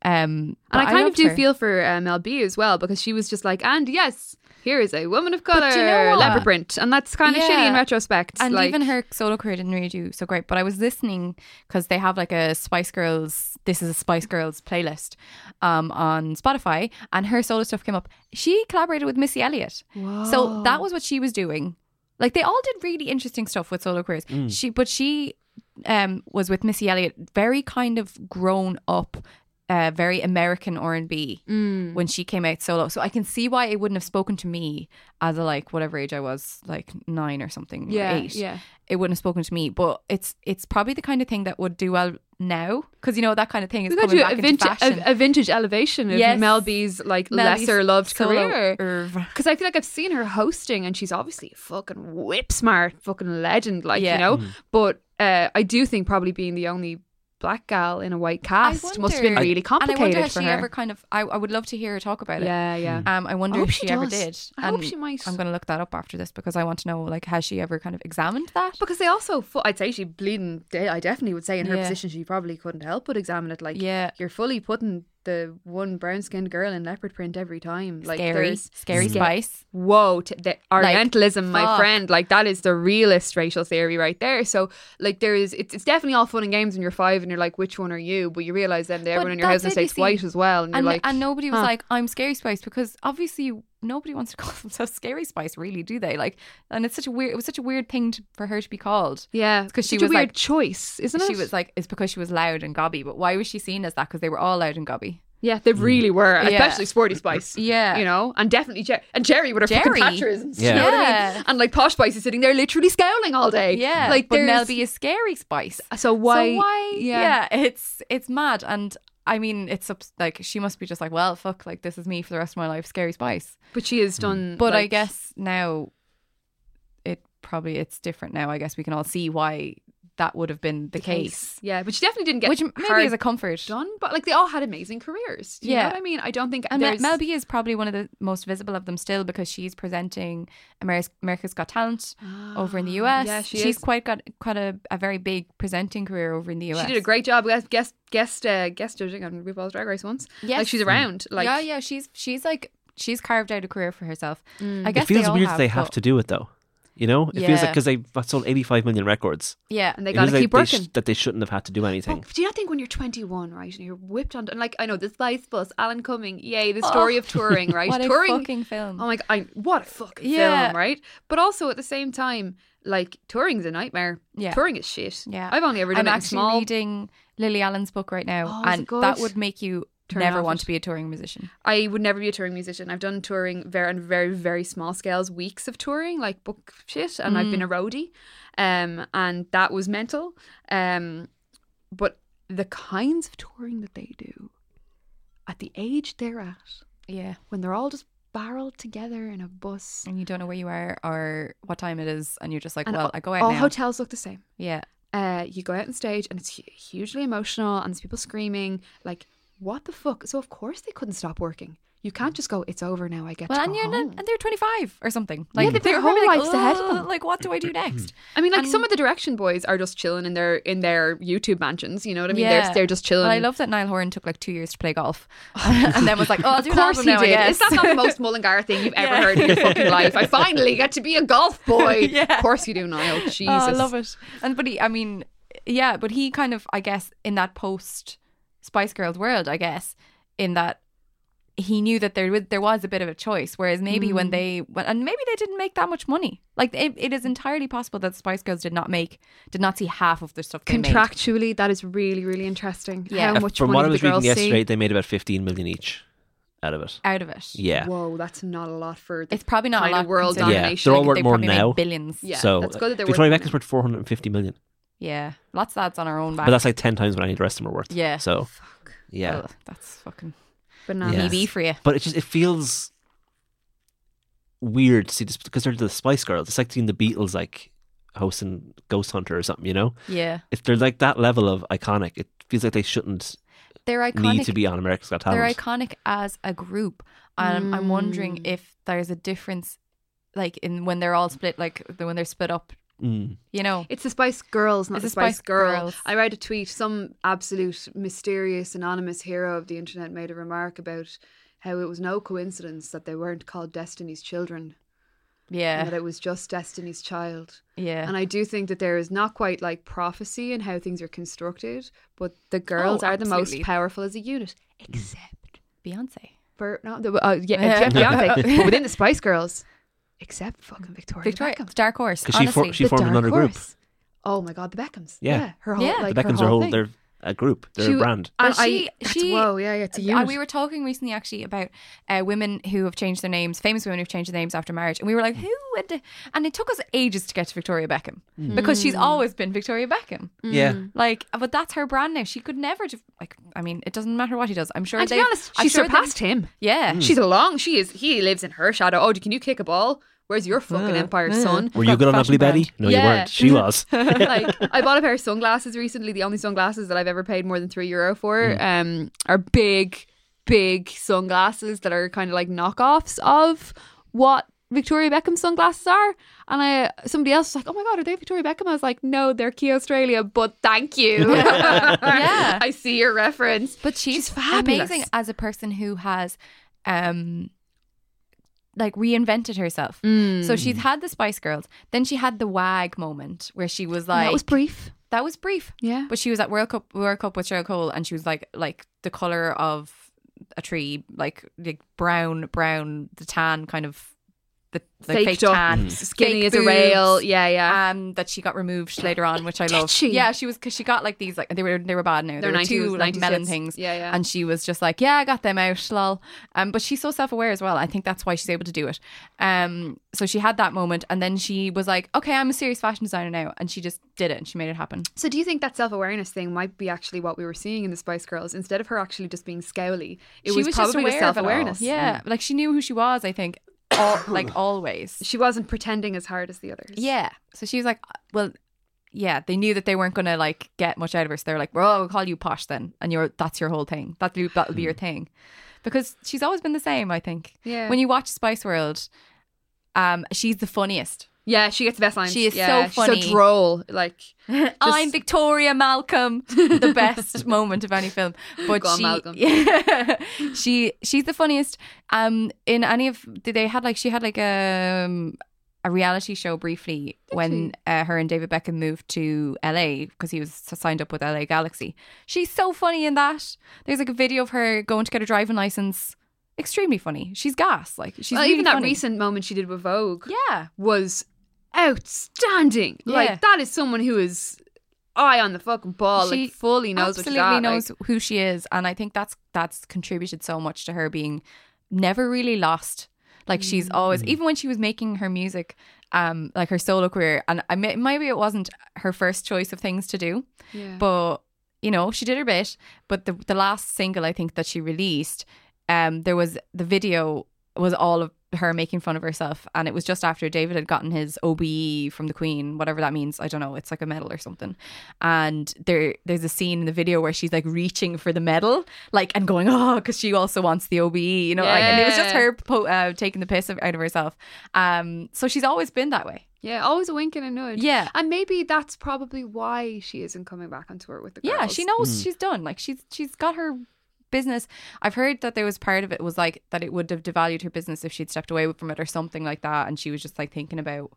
Speaker 4: Um, but
Speaker 5: And I kind of
Speaker 4: loved
Speaker 5: do
Speaker 4: her.
Speaker 5: feel for uh, Mel B as well because she was just like, and yes, here is a woman of color,
Speaker 4: But you know what?
Speaker 5: leopard print, and that's kind of shitty in
Speaker 4: Yeah.
Speaker 5: retrospect.
Speaker 4: And
Speaker 5: like-
Speaker 4: even her solo career didn't really do so great. But I was listening because they have like a Spice Girls, this is a Spice Girls playlist um, on Spotify, and her solo stuff came up. She collaborated with Missy Elliott,
Speaker 5: Oh.
Speaker 4: so that was what she was doing. Like they all did really interesting stuff with solo careers.
Speaker 5: Mm.
Speaker 4: She, but she um, was with Missy Elliott, very kind of grown up. Uh, very American R and B
Speaker 5: Mm.
Speaker 4: when she came out solo, so I can see why it wouldn't have spoken to me as a like whatever age I was, like nine or something,
Speaker 5: yeah,
Speaker 4: eight
Speaker 5: yeah.
Speaker 4: it wouldn't have spoken to me. But it's it's probably the kind of thing that would do well now because you know that kind of thing is
Speaker 5: We got
Speaker 4: coming
Speaker 5: you
Speaker 4: back
Speaker 5: a
Speaker 4: into
Speaker 5: vintage,
Speaker 4: fashion.
Speaker 5: a, a vintage elevation of
Speaker 4: Yes.
Speaker 5: Mel B's like
Speaker 4: Mel B's
Speaker 5: lesser loved
Speaker 4: solo
Speaker 5: career.
Speaker 4: oeuvre.
Speaker 5: Because I feel like I've seen her hosting, and she's obviously a fucking whip smart, fucking legend, like
Speaker 4: Yeah.
Speaker 5: you know. But uh, I do think probably being the only black gal in a white cast must have been
Speaker 4: wonder-
Speaker 5: really complicated
Speaker 4: And I wonder if
Speaker 5: for
Speaker 4: she
Speaker 5: her.
Speaker 4: ever kind of. I, I would love to hear her talk about it.
Speaker 5: yeah, yeah.
Speaker 4: Um, I wonder
Speaker 5: I hope
Speaker 4: if
Speaker 5: she
Speaker 4: she, ever
Speaker 5: does.
Speaker 4: did.
Speaker 5: I hope
Speaker 4: And
Speaker 5: she might.
Speaker 4: I'm going to look that up after this because I want to know like has she ever kind of examined that?
Speaker 5: Because they also, fu- I'd say she bleeding. de- I definitely would say in her
Speaker 4: Yeah.
Speaker 5: position, she probably couldn't help but examine it. Like,
Speaker 4: Yeah.
Speaker 5: you're fully putting the one brown skinned girl in leopard print every time. Like,
Speaker 4: scary,
Speaker 5: there's
Speaker 4: scary
Speaker 5: sca-
Speaker 4: spice.
Speaker 5: Whoa, t- the Orientalism, my
Speaker 4: fuck.
Speaker 5: friend. Like, that is the realist racial theory right there. So, like, there is. It's, it's definitely all fun and games when you're five and you're like, which one are you? But you realize then that everyone in your
Speaker 4: that's
Speaker 5: house
Speaker 4: it, you
Speaker 5: estate's
Speaker 4: see.
Speaker 5: white as well, and,
Speaker 4: And,
Speaker 5: you're like,
Speaker 4: and nobody was
Speaker 5: huh.
Speaker 4: like, I'm Scary Spice because obviously nobody wants to call themselves Scary Spice, really, do they? Like, and it's such a weird, it was such a weird thing to, for her to be called.
Speaker 5: yeah,
Speaker 4: 'cause she
Speaker 5: Such a
Speaker 4: was
Speaker 5: weird
Speaker 4: like-
Speaker 5: choice, isn't it?
Speaker 4: she was like, it's because she was loud and gobby. But why was she seen as that? Because they were all loud and gobby.
Speaker 5: yeah, they really were,
Speaker 4: Yeah.
Speaker 5: especially Sporty Spice.
Speaker 4: Yeah.
Speaker 5: you know, and definitely Jer- and Jerry with her
Speaker 4: Jerry.
Speaker 5: fucking patrisms.
Speaker 3: Yeah.
Speaker 5: You know what I
Speaker 4: Yeah.
Speaker 5: mean? And like Posh Spice is sitting there literally scowling all day.
Speaker 4: Yeah.
Speaker 5: like
Speaker 4: but Mel
Speaker 5: there's-
Speaker 4: B is scary spice.
Speaker 5: So why?
Speaker 4: So why?
Speaker 5: Yeah.
Speaker 4: Yeah. It's it's mad, and I mean, it's ups- like she must be just like, well, fuck, like this is me for the rest of my life, scary spice.
Speaker 5: But she has done.
Speaker 4: But I
Speaker 5: like-
Speaker 4: guess now, it probably it's different now. I guess we can all see why that would have been the, case,
Speaker 5: Yeah, but she definitely didn't get
Speaker 4: which m- maybe
Speaker 5: hard
Speaker 4: is a comfort.
Speaker 5: done. But like they all had amazing careers. Do you know
Speaker 4: Yeah.
Speaker 5: what I mean? I don't think
Speaker 4: And Mel,
Speaker 5: there's-
Speaker 4: Mel B is probably one of the most visible of them still because she's presenting America's, America's Got Talent over in the US.
Speaker 5: Ah, Yeah, she
Speaker 4: she's
Speaker 5: is.
Speaker 4: quite got quite a, a very big presenting career over in the US.
Speaker 5: She did a great job guest guest guest uh, guest judging on RuPaul's Drag Race once.
Speaker 4: Yes.
Speaker 5: like she's around. Like
Speaker 4: yeah, yeah. She's she's like she's carved out a career for herself.
Speaker 5: Mm.
Speaker 4: I guess
Speaker 3: it feels
Speaker 4: they all
Speaker 3: weird that
Speaker 4: have,
Speaker 3: they have
Speaker 4: but-
Speaker 3: to do it though. You know, it feels like
Speaker 4: Yeah.
Speaker 3: because they sold eighty-five million records.
Speaker 4: Yeah,
Speaker 5: and they
Speaker 3: It
Speaker 5: got to
Speaker 3: feels like
Speaker 5: keep
Speaker 3: they sh-
Speaker 5: working.
Speaker 3: that they shouldn't have had to do anything.
Speaker 5: But do you not think when you're 21, right, and you're whipped on, and like I know the Spice Bus, Alan Cumming, yay, the story of touring, right?
Speaker 4: Oh. what a
Speaker 5: touring,
Speaker 4: fucking film.
Speaker 5: Oh my god, I, what a fucking
Speaker 4: Yeah.
Speaker 5: film, right? But also at the same time, like touring's a nightmare.
Speaker 4: Yeah.
Speaker 5: touring is shit.
Speaker 4: yeah,
Speaker 5: I've only ever done
Speaker 4: I'm
Speaker 5: it in
Speaker 4: actually
Speaker 5: small.
Speaker 4: reading Lily Allen's book right now,
Speaker 5: Oh, is it
Speaker 4: and
Speaker 5: good?
Speaker 4: that would make you
Speaker 5: Turn
Speaker 4: never
Speaker 5: off
Speaker 4: want
Speaker 5: it.
Speaker 4: to be a touring musician.
Speaker 5: I would never be a touring musician. I've done touring very on very very small scales, weeks of touring, like book shit, and I've
Speaker 4: Mm.
Speaker 5: been a roadie, um, and that was mental. Um, but the kinds of touring that they do, at the age they're at,
Speaker 4: Yeah,
Speaker 5: when they're all just barreled together in a bus,
Speaker 4: and you don't know where you are or what time it is, and you're just like,
Speaker 5: and
Speaker 4: well,
Speaker 5: all-
Speaker 4: I go out
Speaker 5: all
Speaker 4: now.
Speaker 5: hotels look the same.
Speaker 4: yeah,
Speaker 5: uh, you go out on stage and it's hu- hugely emotional and there's people screaming like what the fuck so of course they couldn't stop working you can't just go it's over now i get
Speaker 4: Well,
Speaker 5: to
Speaker 4: and
Speaker 5: go
Speaker 4: you're
Speaker 5: home.
Speaker 4: not, and they're 25 or something.
Speaker 5: Yeah,
Speaker 4: Like
Speaker 5: they've
Speaker 4: they're
Speaker 5: got whole
Speaker 4: probably like,
Speaker 5: lives ahead of
Speaker 4: "Ugh,
Speaker 5: them."
Speaker 4: Like, what do I do next?
Speaker 5: i mean like some of the direction boys are just chilling in their in their youtube mansions you know what i mean they're, they're just chilling
Speaker 4: Well, I love that Niall Horan took like two years to play golf, and then was like, "Oh, I'll do
Speaker 5: of
Speaker 4: an
Speaker 5: course
Speaker 4: album
Speaker 5: he
Speaker 4: now." I
Speaker 5: did. Is
Speaker 4: guess.
Speaker 5: that not the most Mullingar thing you've ever heard in your fucking life? I finally get to be a golf boy.
Speaker 4: Yeah.
Speaker 5: Of course you do, Niall. Jesus.
Speaker 4: Oh, I love it. And but he, I mean, yeah, but he kind of, I guess, in that post Spice Girls world, I guess, in that he knew that there was, there was a bit of a choice. Whereas maybe when
Speaker 5: Mm.
Speaker 4: they went, and maybe they didn't make that much money. Like it, it is entirely possible that Spice Girls did not make, did not see half of the stuff they made.
Speaker 5: Contractually, that is really, really interesting.
Speaker 4: Yeah.
Speaker 5: How
Speaker 4: Uh,
Speaker 5: much
Speaker 3: From
Speaker 5: money
Speaker 3: what I
Speaker 5: the
Speaker 3: was reading
Speaker 5: girls see.
Speaker 3: yesterday, they made about 15 million each out of it.
Speaker 4: out of it.
Speaker 3: Yeah.
Speaker 5: Whoa, that's not a lot for the
Speaker 4: It's probably not
Speaker 5: kind
Speaker 4: a lot
Speaker 5: of world
Speaker 4: considering-
Speaker 3: Yeah,
Speaker 5: domination.
Speaker 3: they're all
Speaker 4: they
Speaker 3: worth more
Speaker 4: probably made
Speaker 3: now.
Speaker 4: Billions.
Speaker 5: Yeah,
Speaker 3: so
Speaker 5: that's good that they were-
Speaker 3: Victoria Becker's worth 450 million,
Speaker 4: Yeah, lots of that's on our own back.
Speaker 3: but that's like 10 times what any of the rest of them are worth.
Speaker 4: Yeah.
Speaker 3: So, yeah.
Speaker 4: Ugh, that's fucking
Speaker 5: bananas.
Speaker 3: Yeah.
Speaker 4: PB for you.
Speaker 3: But it just it feels weird to see this because they're the Spice Girls. It's like seeing the Beatles like hosting Ghost Hunter or something. You know,
Speaker 4: Yeah,
Speaker 3: if they're like that level of iconic, it feels like they shouldn't
Speaker 4: they're iconic.
Speaker 3: need to be on America's Got
Speaker 4: they're
Speaker 3: Talent.
Speaker 4: iconic as a group. Um, I'm
Speaker 5: Mm.
Speaker 4: wondering if there's a difference, like in when they're all split, like the- when they're split up.
Speaker 3: Mm.
Speaker 4: You know,
Speaker 5: It's the Spice Girls, not
Speaker 4: It's
Speaker 5: the
Speaker 4: the
Speaker 5: Spice,
Speaker 4: Spice
Speaker 5: Girl.
Speaker 4: Girls.
Speaker 5: I read a tweet. Some absolute mysterious anonymous hero of the internet made a remark about how it was no coincidence that they weren't called Destiny's Children, and that
Speaker 4: yeah,
Speaker 5: it was just Destiny's Child.
Speaker 4: yeah.
Speaker 5: And I do think that there is not quite like prophecy in how things are constructed, but the girls
Speaker 4: Oh,
Speaker 5: are the most
Speaker 4: absolutely.
Speaker 5: powerful as a unit, except
Speaker 4: Beyonce,
Speaker 5: for no, the, uh, yeah, except Beyonce, but within the Spice Girls, except fucking Victoria.
Speaker 4: Victoria,
Speaker 5: Beckham.
Speaker 4: dark horse.
Speaker 3: 'Cause she for-
Speaker 4: Honestly,
Speaker 3: she-
Speaker 5: The
Speaker 3: formed
Speaker 5: Dark
Speaker 3: another group.
Speaker 5: Horse. Oh my god, the Beckhams.
Speaker 3: Yeah.
Speaker 5: her whole
Speaker 4: Yeah.
Speaker 5: like,
Speaker 3: the Beckhams
Speaker 5: her
Speaker 3: are whole.
Speaker 5: whole thing.
Speaker 3: They're a group. They're
Speaker 5: She-
Speaker 3: a brand.
Speaker 5: And
Speaker 4: But she-
Speaker 5: that's-
Speaker 4: she-
Speaker 5: whoa, yeah, yeah, it's a
Speaker 4: And
Speaker 5: unit.
Speaker 4: we were talking recently actually about uh, women who have changed their names, famous women who've changed their names after marriage, and we were
Speaker 3: Mm.
Speaker 4: like, who would? the-" And it took us ages to get to Victoria Beckham
Speaker 3: Mm.
Speaker 4: because
Speaker 5: Mm.
Speaker 4: she's always been Victoria Beckham.
Speaker 3: Yeah.
Speaker 4: Like, but that's her brand now. She could never. def- Like, I mean, it doesn't matter what he does. I'm sure.
Speaker 5: and to be
Speaker 4: they've-
Speaker 5: honest,
Speaker 4: I'm
Speaker 5: she
Speaker 4: sure they've-
Speaker 5: surpassed him.
Speaker 3: Hmm.
Speaker 4: Yeah.
Speaker 3: Mm.
Speaker 5: She's along. She is. He lives in her shadow. Oh, can you kick a ball? Where's your fucking
Speaker 3: Ah,
Speaker 5: empire, son?
Speaker 3: Were you good on Ugly
Speaker 4: fashion brand.
Speaker 3: Betty? No, you
Speaker 5: Yeah.
Speaker 3: weren't. She was.
Speaker 5: like I bought a pair of sunglasses recently. The only sunglasses that I've ever paid more than three euro for um, are big, big sunglasses that are kind of like knockoffs of what Victoria Beckham sunglasses are. And I somebody else was like, "Oh my god, are they Victoria Beckham?" I was like, "No, they're Key Australia." But thank you. yeah, I see your reference.
Speaker 4: But she's,
Speaker 5: She's fabulous.
Speaker 4: amazing as a person who has um like reinvented herself.
Speaker 5: Mm.
Speaker 4: So she's had the Spice Girls, then she had the WAG moment where she was like
Speaker 5: that was brief.
Speaker 4: that was brief.
Speaker 5: Yeah.
Speaker 4: But she was at World Cup World Cup with Cheryl Cole and she was like like the colour of a tree, like like brown, brown, the tan kind of the like
Speaker 5: Faked
Speaker 4: fake
Speaker 5: up,
Speaker 4: tan.
Speaker 5: skinny
Speaker 4: fake
Speaker 5: as a rail.
Speaker 4: boobs.
Speaker 5: Yeah, yeah.
Speaker 4: um, that she got removed later on, which I
Speaker 5: Did
Speaker 4: love.
Speaker 5: she?
Speaker 4: Yeah, she was because she got like these like they were they were bad now. They
Speaker 5: They're
Speaker 4: were
Speaker 5: 90s,
Speaker 4: two like
Speaker 5: 90s
Speaker 4: melon
Speaker 5: hits.
Speaker 4: things.
Speaker 5: Yeah, yeah.
Speaker 4: And she was just like, yeah, I got them out, lol. Um, but she's so self aware as well. I think that's why she's able to do it. Um, so she had that moment, and then she was like, okay, I'm a serious fashion designer now, and she just did it and she made it happen.
Speaker 5: So do you think that self-awareness thing might be actually what we were seeing in the Spice Girls? Instead of her actually just being scowly, it
Speaker 4: she
Speaker 5: was,
Speaker 4: was just
Speaker 5: probably
Speaker 4: aware
Speaker 5: the
Speaker 4: of it all.
Speaker 5: self-awareness. Mm.
Speaker 4: Yeah, like she knew who she was. I think, all, like always.
Speaker 5: She wasn't pretending as hard as the others.
Speaker 4: Yeah. So she was like, well, yeah, they knew that they weren't going to like get much out of her. So they're like, well, we'll call you posh then. And you're, that's your whole thing. That'll be, that'll
Speaker 5: Hmm.
Speaker 4: be your thing. Because she's always been the same, I think.
Speaker 5: Yeah.
Speaker 4: When you watch Spice World, um, she's the funniest.
Speaker 5: Yeah, she gets the best lines.
Speaker 4: She is
Speaker 5: yeah,
Speaker 4: so
Speaker 5: She's
Speaker 4: funny.
Speaker 5: so droll. Like
Speaker 4: I'm Victoria Malcolm, the best moment of any film. But
Speaker 5: Go on,
Speaker 4: she,
Speaker 5: Malcolm.
Speaker 4: she, she's the funniest. Um, in any of they had like she had like um a reality show briefly when uh, her and David Beckham moved to LA because he was signed up with LA Galaxy. She's so funny in that. There's like a video of her going to get her driving license. Extremely funny. She's gas. Like she's
Speaker 5: well,
Speaker 4: really
Speaker 5: even that
Speaker 4: funny.
Speaker 5: recent moment she did with Vogue
Speaker 4: Yeah.
Speaker 5: was outstanding.
Speaker 4: Yeah.
Speaker 5: Like that is someone who is eye on the fucking ball.
Speaker 4: She
Speaker 5: like fully knows what
Speaker 4: absolutely
Speaker 5: she got. like-
Speaker 4: knows who she is, and I think that's that's contributed so much to her being never really lost. Like she's
Speaker 5: Mm.
Speaker 4: always, even when she was making her music, um, like her solo career, and I may, maybe it wasn't her first choice of things to do,
Speaker 5: yeah.
Speaker 4: but you know she did her bit. But the the last single I think that she released, um, there was the video was all of her making fun of herself, and it was just after David had gotten his OBE from the Queen, whatever that means. I don't know. It's like a medal or something. And there, there's a scene in the video where she's like reaching for the medal, like and going oh, because she also wants the OBE, you know. Like, and it was just
Speaker 5: Yeah.
Speaker 4: her po- uh, taking the piss of- out of herself. Um, so she's always been that way.
Speaker 5: yeah, always a wink and a nudge.
Speaker 4: Yeah.
Speaker 5: and maybe that's probably why she isn't coming back on tour with the girls.
Speaker 4: Yeah, she knows
Speaker 5: mm.
Speaker 4: she's done. Like she's she's got her business. I've heard that there was part of it was like that it would have devalued her business if she'd stepped away from it or something like that, and she was just like thinking about,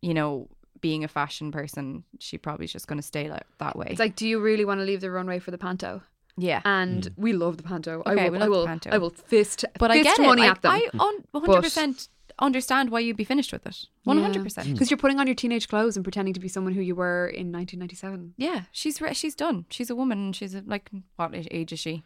Speaker 4: you know, being a fashion person. She probably's just going to stay like that way.
Speaker 5: It's like, do you really want to leave the runway for the panto?
Speaker 4: Yeah.
Speaker 5: and we love the panto.
Speaker 4: Mm. Okay,
Speaker 5: I will,
Speaker 4: we
Speaker 5: I
Speaker 4: love the
Speaker 5: will,
Speaker 4: panto.
Speaker 5: I will fist,
Speaker 4: but I
Speaker 5: fist
Speaker 4: get
Speaker 5: money
Speaker 4: it.
Speaker 5: at them. Mm.
Speaker 4: I, I un- 100% understand why you'd be finished with it. 100%.
Speaker 5: because you're putting on your teenage clothes and pretending to be someone who you were in 1997.
Speaker 4: Yeah, she's re- she's done. She's a woman. She's a, like what a- age is she?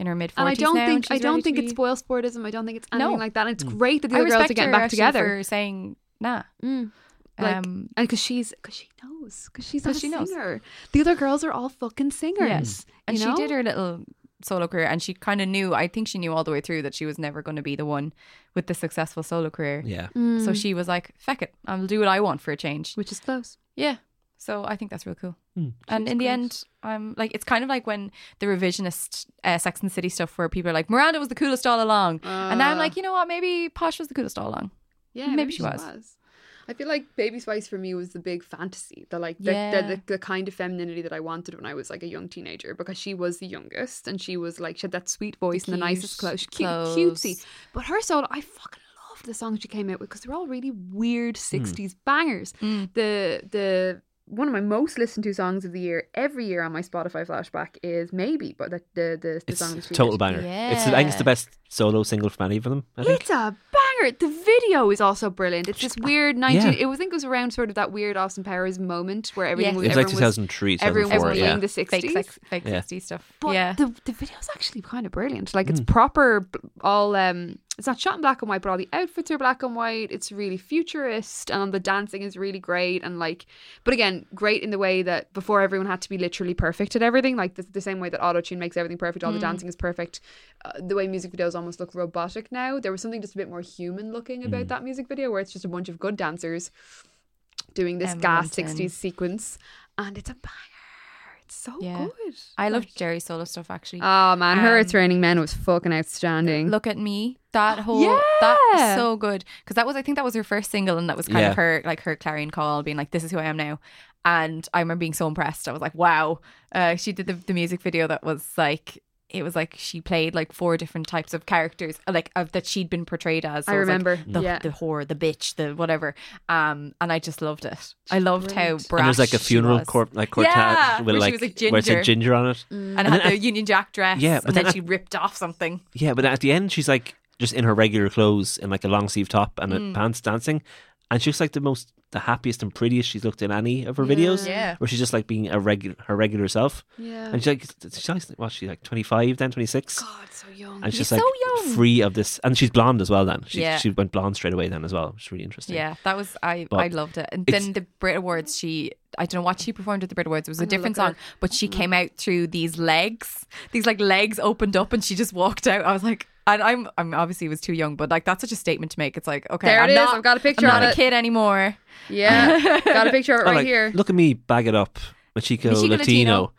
Speaker 4: In her mid forties.
Speaker 5: And I don't think I don't think it's spoil sportism. I don't think it's anything
Speaker 4: No.
Speaker 5: like that. And it's great that the
Speaker 4: I
Speaker 5: other girls
Speaker 4: respect
Speaker 5: are getting
Speaker 4: her
Speaker 5: back
Speaker 4: actually
Speaker 5: together.
Speaker 4: for saying nah.
Speaker 5: Mm. Like,
Speaker 4: Um,
Speaker 5: and because she's because she knows because she's not
Speaker 4: 'Cause
Speaker 5: a
Speaker 4: she knows.
Speaker 5: singer. The other girls are all fucking singers.
Speaker 4: and
Speaker 5: you
Speaker 4: she
Speaker 5: know?
Speaker 4: did her little solo career, and she kind of knew. I think she knew all the way through that she was never going to be the one with the successful solo career.
Speaker 3: Yeah.
Speaker 5: Hmm.
Speaker 4: So she was like, "Feck it, I'll do what I want for a change."
Speaker 5: Mm. which is close.
Speaker 4: Yeah. So I think that's real cool.
Speaker 3: Hmm.
Speaker 4: And in the end, I'm like, it's kind of like when the revisionist uh, Sex and the City stuff, where people are like, Miranda was the coolest all along. and I'm
Speaker 5: Uh.
Speaker 4: like, you know what? Maybe Posh was the coolest all along.
Speaker 5: Yeah,
Speaker 4: Maybe she was.
Speaker 5: I feel like Baby Spice for me was the big fantasy, the like the,
Speaker 4: Yeah.
Speaker 5: the, the, the kind of femininity that I wanted when I was like a young teenager because she was the youngest and she was like she had that sweet voice and the
Speaker 4: cute
Speaker 5: nicest clothes, cute,
Speaker 4: clothes.
Speaker 5: cutesy. But her solo, I fucking loved the songs she came out with because they're all really weird
Speaker 4: Hmm.
Speaker 5: '60s bangers. The the one of my most listened to songs of the year every year on my Spotify flashback is Maybe, but the the the, the
Speaker 3: It's
Speaker 5: song that she
Speaker 3: a total
Speaker 5: did.
Speaker 3: banger. It's I think it's the
Speaker 4: Yeah.
Speaker 3: best solo single from any of them. I think.
Speaker 5: It's a banger. The video is also brilliant. It's this weird 19
Speaker 3: Yeah.
Speaker 5: it was I think it was around sort of that weird Austin Powers moment where everything
Speaker 4: Yes.
Speaker 5: was
Speaker 3: It was like
Speaker 5: everyone
Speaker 3: 2003,
Speaker 5: everyone
Speaker 3: 2004.
Speaker 5: was
Speaker 3: yeah.
Speaker 5: in the 60s.
Speaker 4: Fake, sex, fake
Speaker 3: Yeah.
Speaker 4: 60 stuff.
Speaker 5: But
Speaker 4: yeah.
Speaker 5: the the video's actually kind of brilliant. Like it's proper b- all um it's not shot in black and white, but all the outfits are black and white. It's really futurist and the dancing is really great and like but again, great in the way that before everyone had to be literally perfect at everything, like the, the same way that autotune makes everything perfect,
Speaker 4: Hmm.
Speaker 5: all the dancing is perfect. Uh, the way music videos almost look robotic now, there was something just a bit more human looking about that music video where it's just a bunch of good dancers doing this
Speaker 4: Emma
Speaker 5: gas
Speaker 4: Winton.
Speaker 5: 60s sequence and it's a banger. It's so
Speaker 4: Yeah.
Speaker 5: good.
Speaker 4: I loved
Speaker 5: Like-
Speaker 4: Jerry Solo stuff, actually.
Speaker 5: Oh man, her
Speaker 4: Um,
Speaker 5: It's Raining Men was fucking
Speaker 3: Mm-hmm.
Speaker 5: outstanding.
Speaker 4: Look at me. That whole that
Speaker 5: Yeah.
Speaker 4: was so good because that was I think that was her first single and that was kind
Speaker 3: Yeah.
Speaker 4: of her like her clarion call being like this is who I am now. And I remember being so impressed. I was like, wow. Uh, she did the, the music video that was like it was like she played like four different types of characters uh, like of, that she'd been portrayed as. So
Speaker 5: I
Speaker 4: it was, like,
Speaker 5: remember.
Speaker 4: the,
Speaker 5: yeah.
Speaker 4: the whore, the bitch, the whatever. Um, and I just loved it. I loved
Speaker 5: brilliant.
Speaker 4: how brash
Speaker 3: and there's like a
Speaker 4: she
Speaker 3: funeral
Speaker 4: was.
Speaker 3: cor- like quartet
Speaker 4: Yeah,
Speaker 3: with
Speaker 4: where
Speaker 3: like,
Speaker 4: she was, like,
Speaker 3: where it's like
Speaker 4: ginger.
Speaker 3: ginger on it.
Speaker 4: and,
Speaker 5: Mm.
Speaker 4: had
Speaker 3: then
Speaker 4: the Union Jack dress.
Speaker 3: Yeah,
Speaker 4: Yeah,
Speaker 3: but
Speaker 4: but and
Speaker 3: then
Speaker 4: then,
Speaker 3: at-
Speaker 4: she ripped off something.
Speaker 3: Yeah, but at the end she's like just in her regular clothes and like a long sleeve top and
Speaker 4: Mm.
Speaker 3: a pants dancing, and she's like the most the happiest and prettiest she's looked in any of her videos.
Speaker 4: Yeah.
Speaker 3: where she's just like being a regular her regular self,
Speaker 5: Yeah.
Speaker 3: and she's like she's like well she's like 25 then 26.
Speaker 5: God, so young.
Speaker 3: And she's
Speaker 4: You're
Speaker 3: like
Speaker 4: so young.
Speaker 3: free of this, and she's blonde as well. Then she
Speaker 4: Yeah.
Speaker 3: she went blonde straight away. Then as well, which is really interesting.
Speaker 4: Yeah, that was I.
Speaker 3: But
Speaker 4: I loved it. And
Speaker 3: it's-
Speaker 4: then the Brit Awards, she I don't know what she performed at the Brit Awards. It was a
Speaker 5: I'm gonna
Speaker 4: different
Speaker 5: look Mm-hmm. at
Speaker 4: song, but she came out through these legs. These like legs opened up, and she just walked out. I was like, and I'm I'm obviously was too young, but like that's such a statement to make. It's like okay,
Speaker 5: There it
Speaker 4: I'm
Speaker 5: is.
Speaker 4: Not,
Speaker 5: I've got a picture
Speaker 4: I'm not
Speaker 5: of
Speaker 4: a
Speaker 5: it.
Speaker 4: kid anymore.
Speaker 5: Yeah, got a picture of it
Speaker 3: Oh,
Speaker 5: right
Speaker 3: like,
Speaker 5: here.
Speaker 3: Look at me bag it up, Machico,
Speaker 4: Machiko
Speaker 3: Latino.
Speaker 4: Latino.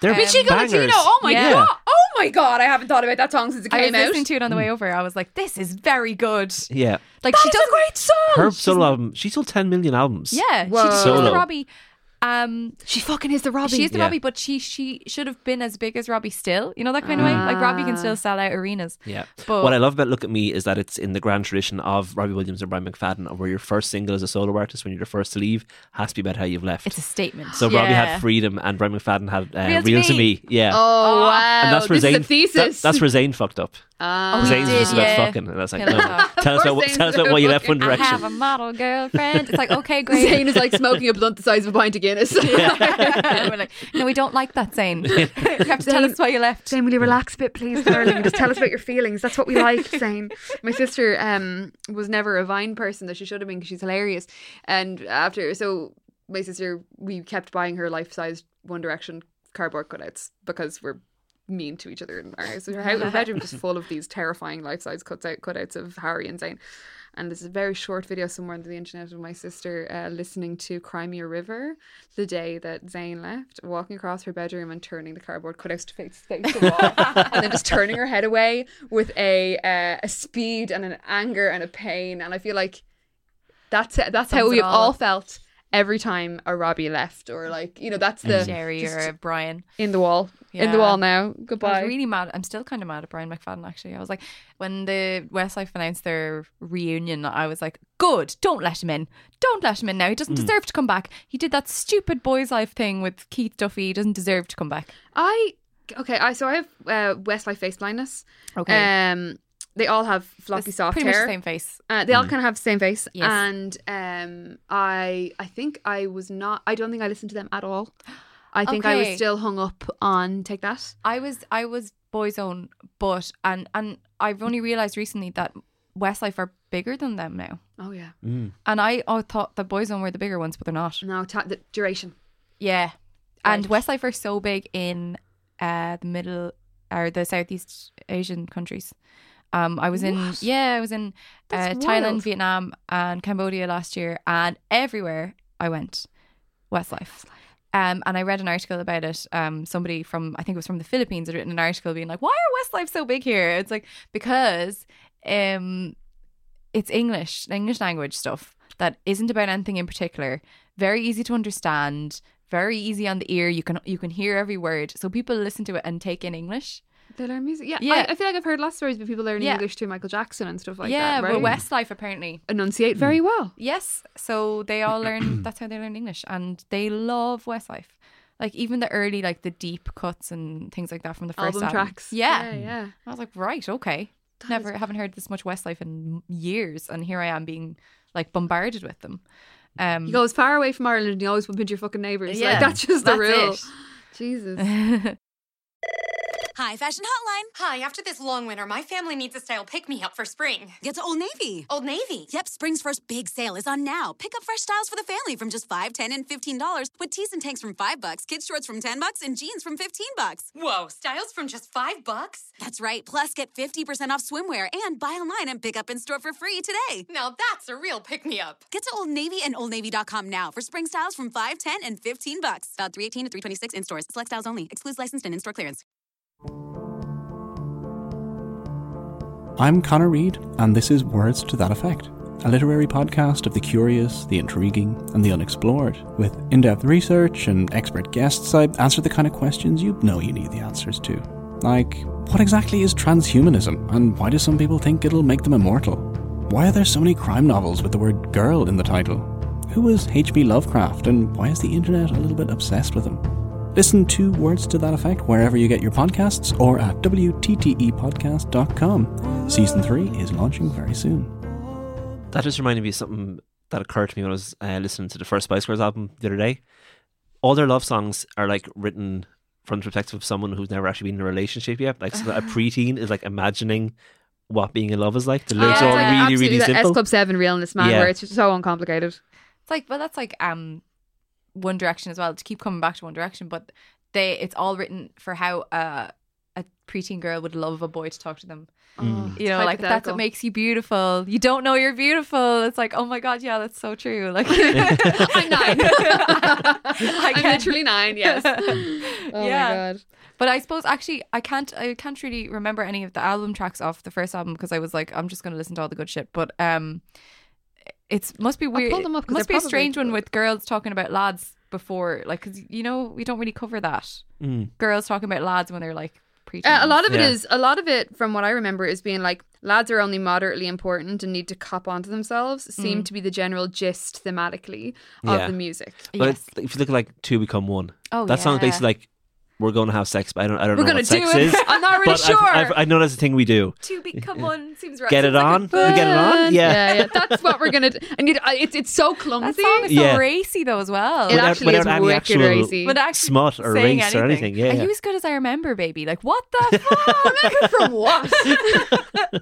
Speaker 3: They're
Speaker 4: Um, Machiko
Speaker 3: bangers. Yeah.
Speaker 5: Oh my god, I haven't thought about that song since it
Speaker 4: I was listening to it on the way over. I was like, this is very good.
Speaker 3: Yeah,
Speaker 4: Like she does a great song.
Speaker 3: her solo album. She sold ten million albums.
Speaker 4: Yeah, she
Speaker 5: Whoa.
Speaker 4: did the
Speaker 3: Solo.
Speaker 4: Robbie. Um,
Speaker 5: She fucking is the Robbie.
Speaker 4: She is the
Speaker 3: Yeah.
Speaker 4: Robbie, but she she should have been as big as Robbie still. You know that kind of way. Like Robbie
Speaker 5: Ah.
Speaker 4: can still sell out arenas.
Speaker 3: Yeah.
Speaker 4: But-
Speaker 3: what I love about Look at Me is that it's in the grand tradition of Robbie Williams and Brian McFadden, of where your first single as a solo artist, when you're the first to leave, has to be about how you've left.
Speaker 4: It's a statement.
Speaker 3: so Robbie
Speaker 4: Yeah.
Speaker 3: had Freedom and Brian McFadden had uh,
Speaker 4: Real to
Speaker 3: Real to
Speaker 4: Me.
Speaker 3: Me. Yeah.
Speaker 5: oh wow,
Speaker 3: And that's where
Speaker 5: this
Speaker 3: Zayn.
Speaker 5: is a thesis.
Speaker 3: that- that's where Zayn fucked up.
Speaker 5: Ah.
Speaker 4: Oh, he
Speaker 3: Zayn's
Speaker 4: did,
Speaker 3: just about
Speaker 4: yeah.
Speaker 3: fucking, and that's like,
Speaker 4: Pillow
Speaker 3: no,
Speaker 4: talk.
Speaker 3: tell us
Speaker 5: Of
Speaker 3: about
Speaker 5: course
Speaker 3: what- tell us
Speaker 5: Zayn's
Speaker 3: about why you left One
Speaker 5: about
Speaker 4: I
Speaker 3: Direction.
Speaker 4: have a model girlfriend. It's like okay, great.
Speaker 5: Zayn is like smoking a blunt the size of a pint of Guinness.
Speaker 4: We're like, no, we don't like that, Zane. you have to tell
Speaker 5: Zayn-
Speaker 4: us why you left.
Speaker 5: Zane, will you relax a bit, please, darling? Just tell us about your feelings. That's what we like, Zane. My sister um, was never a Vine person, though she should have been because she's hilarious. And after, so my sister, we kept buying her life sized One Direction cardboard cutouts because we're mean to each other in our house. Her, house, her bedroom just full of these terrifying life size cuts out cutouts of Harry and Zane. And there's a very short video somewhere on the internet of my sister uh, listening to Crimea River the day that Zayn left, walking across her bedroom and turning the cardboard cutouts to face, face the wall, and then just turning her head away with a uh, a speed and an anger and a pain. And I feel like that's that's how
Speaker 4: Sums it
Speaker 5: we've
Speaker 4: all
Speaker 5: all
Speaker 4: up.
Speaker 5: felt every time a Robbie left, or like you know that's the
Speaker 4: Jerry
Speaker 5: just
Speaker 4: or Brian.
Speaker 5: in the wall, in the
Speaker 4: Yeah.
Speaker 5: wall now.
Speaker 4: I
Speaker 5: Goodbye.
Speaker 4: was really mad. I'm still kind of mad at Brian McFadden. Actually, I was like, when the Westlife announced their reunion, I was like, "Good, don't let him in. Don't let him in now. He
Speaker 3: Mm.
Speaker 4: doesn't deserve to come back. He did that stupid boys' life thing with Keith Duffy. He doesn't deserve to come back."
Speaker 5: I Okay, I so I have uh, Westlife face blindness.
Speaker 4: Okay.
Speaker 5: Um, they all have
Speaker 4: Uh,
Speaker 5: floppy
Speaker 4: It's
Speaker 5: soft
Speaker 4: pretty
Speaker 5: hair.
Speaker 4: much the same face.
Speaker 5: Uh, they all kind of have the same face,
Speaker 4: Yes.
Speaker 5: and um, I I think I was not. I don't think I listened to them at all. I think I was
Speaker 4: Okay.
Speaker 5: still hung up on take that.
Speaker 4: I was I was boyzone, but and and I've only realized recently that Westlife are bigger than them now.
Speaker 5: Oh yeah,
Speaker 3: Mm.
Speaker 4: And I oh, thought that boyzone were the bigger ones, but they're not.
Speaker 5: no ta- the duration.
Speaker 4: Yeah. And
Speaker 5: Right.
Speaker 4: Westlife are so big in uh, the middle or the Southeast Asian countries. Um, I was in
Speaker 5: What?
Speaker 4: yeah, I was in uh,
Speaker 5: That's
Speaker 4: Thailand,
Speaker 5: wild.
Speaker 4: Vietnam, and Cambodia last year, and everywhere I went, Westlife. Um, and I read an article about it. Um, somebody from I think it was from the Philippines had written an article being like, "Why are Westlife so big here?" It's like because um, it's English, English language stuff that isn't about anything in particular. Very easy to understand, very easy on the ear. You can you can hear every word, so people listen to it and take in English.
Speaker 5: They learn music. Yeah,
Speaker 4: Yeah.
Speaker 5: I, I feel like I've heard lots of stories about people learning
Speaker 4: Yeah.
Speaker 5: English through Michael Jackson and stuff like
Speaker 4: yeah,
Speaker 5: that.
Speaker 4: but
Speaker 5: Right?
Speaker 4: Westlife apparently.
Speaker 5: enunciate very well.
Speaker 4: Yes, so they all learn. that's how they learn English, and they love Westlife. Like even the early, like the deep cuts and things like that from the first
Speaker 5: Album tracks.
Speaker 4: Yeah.
Speaker 5: yeah, yeah.
Speaker 4: I was like, right, okay. Never haven't heard this much Westlife in years, and here I am being like bombarded with them. Um,
Speaker 5: You go as far away from Ireland and you always bump into your fucking neighbours. Yeah. Like, that's just the rule. Jesus.
Speaker 4: rule.
Speaker 1: Hi, Fashion Hotline.
Speaker 2: Hi, after this long winter, my family needs a style pick me up for spring.
Speaker 1: Get to Old Navy.
Speaker 2: Old Navy.
Speaker 1: Yep, spring's first big sale is on now. Pick up fresh styles for the family from just 5 10 and $15 with tees and tanks from 5 bucks, kids shorts from 10 bucks, and jeans from 15 bucks.
Speaker 2: Whoa, styles from just five bucks?
Speaker 1: That's right. Plus, get 50% off swimwear and buy online and pick up in store for free today.
Speaker 2: Now that's a real pick me up.
Speaker 1: Get to Old Navy and OldNavy.com now for spring styles from 5, 10, and 15 bucks. About 318 to 326 in stores. Select styles only. Excludes licensed and in-store clearance.
Speaker 6: I'm Connor Reid, and this is Words to That Effect, a literary podcast of the curious, the intriguing, and the unexplored. With in depth research and expert guests, I answer the kind of questions you know you need the answers to. Like, what exactly is transhumanism, and why do some people think it'll make them immortal? Why are there so many crime novels with the word girl in the title? Who was H.P. Lovecraft, and why is the internet a little bit obsessed with him? Listen to Words to That Effect wherever you get your podcasts or at E WTTEpodcast.com. Season 3 is launching very soon.
Speaker 3: That just reminded me of something that occurred to me when I was uh, listening to the first Spice Girls album the other day. All their love songs are like written from the perspective of someone who's never actually been in a relationship yet. Like so that a preteen is like imagining what being in love is like. The lyrics
Speaker 4: Oh, it's
Speaker 3: are all
Speaker 4: like
Speaker 3: really, really
Speaker 5: that S
Speaker 3: simple.
Speaker 5: Club 7 realness, man,
Speaker 3: Yeah.
Speaker 5: where it's just so uncomplicated.
Speaker 4: It's like, well, that's like um, One Direction as well. To keep coming back to One Direction, but they it's all written for how uh, a preteen girl would love a boy to talk to them.
Speaker 3: Mm.
Speaker 5: Oh,
Speaker 4: You know, like that's
Speaker 5: hypothetical.
Speaker 4: what makes you beautiful. You don't know you're beautiful. It's like, oh my god, yeah, that's so true. Like
Speaker 5: I'm nine.
Speaker 4: I
Speaker 5: I'm
Speaker 4: can't-
Speaker 5: literally nine, yes. Oh
Speaker 4: Yeah.
Speaker 5: my god.
Speaker 4: But I suppose actually I can't I can't really remember any of the album tracks off the first album because I was like I'm just going to listen to all the good shit. But um, it's must be weird.
Speaker 5: pulled them up 'cause
Speaker 4: must be
Speaker 5: they're
Speaker 4: a strange
Speaker 5: probably-
Speaker 4: one with girls talking about lads before, like because you know we don't really cover that
Speaker 3: Mm.
Speaker 4: girls talking about lads when they're like preaching.
Speaker 5: Uh, a lot of it is
Speaker 3: Yeah.
Speaker 5: a lot of it from what I remember is being like lads are only moderately important and need to cop onto themselves
Speaker 3: Mm.
Speaker 5: seemed to be the general gist thematically of
Speaker 3: Yeah.
Speaker 5: the music.
Speaker 3: But
Speaker 4: yes.
Speaker 3: it's- if you look at like Two Become One,
Speaker 4: Oh,
Speaker 3: that song is
Speaker 4: yeah.
Speaker 3: basically like, we're going to have sex, but I don't, I don't
Speaker 5: We're
Speaker 3: know
Speaker 5: gonna
Speaker 3: what
Speaker 5: do
Speaker 3: sex
Speaker 5: it.
Speaker 3: is.
Speaker 5: I'm not really
Speaker 3: But
Speaker 5: sure.
Speaker 3: I've, I've, I know that's the thing we do.
Speaker 4: to become one seems right.
Speaker 3: Get it on? We get it
Speaker 5: But-
Speaker 3: on? Yeah.
Speaker 5: yeah, That's what we're gonna. Do. And it, I- it's it's so
Speaker 4: That
Speaker 5: clumsy.
Speaker 4: song is so
Speaker 3: Yeah.
Speaker 4: racy though as well.
Speaker 5: It
Speaker 3: Without-
Speaker 5: actually
Speaker 3: without
Speaker 5: is
Speaker 3: any
Speaker 5: wicked
Speaker 3: actual-
Speaker 5: racy.
Speaker 4: But actually
Speaker 3: Smut or
Speaker 4: saying
Speaker 3: race or anything, yeah,
Speaker 4: Are
Speaker 3: yeah.
Speaker 4: you as good as I remember, baby? Like what the fuck?
Speaker 5: from what?
Speaker 4: like,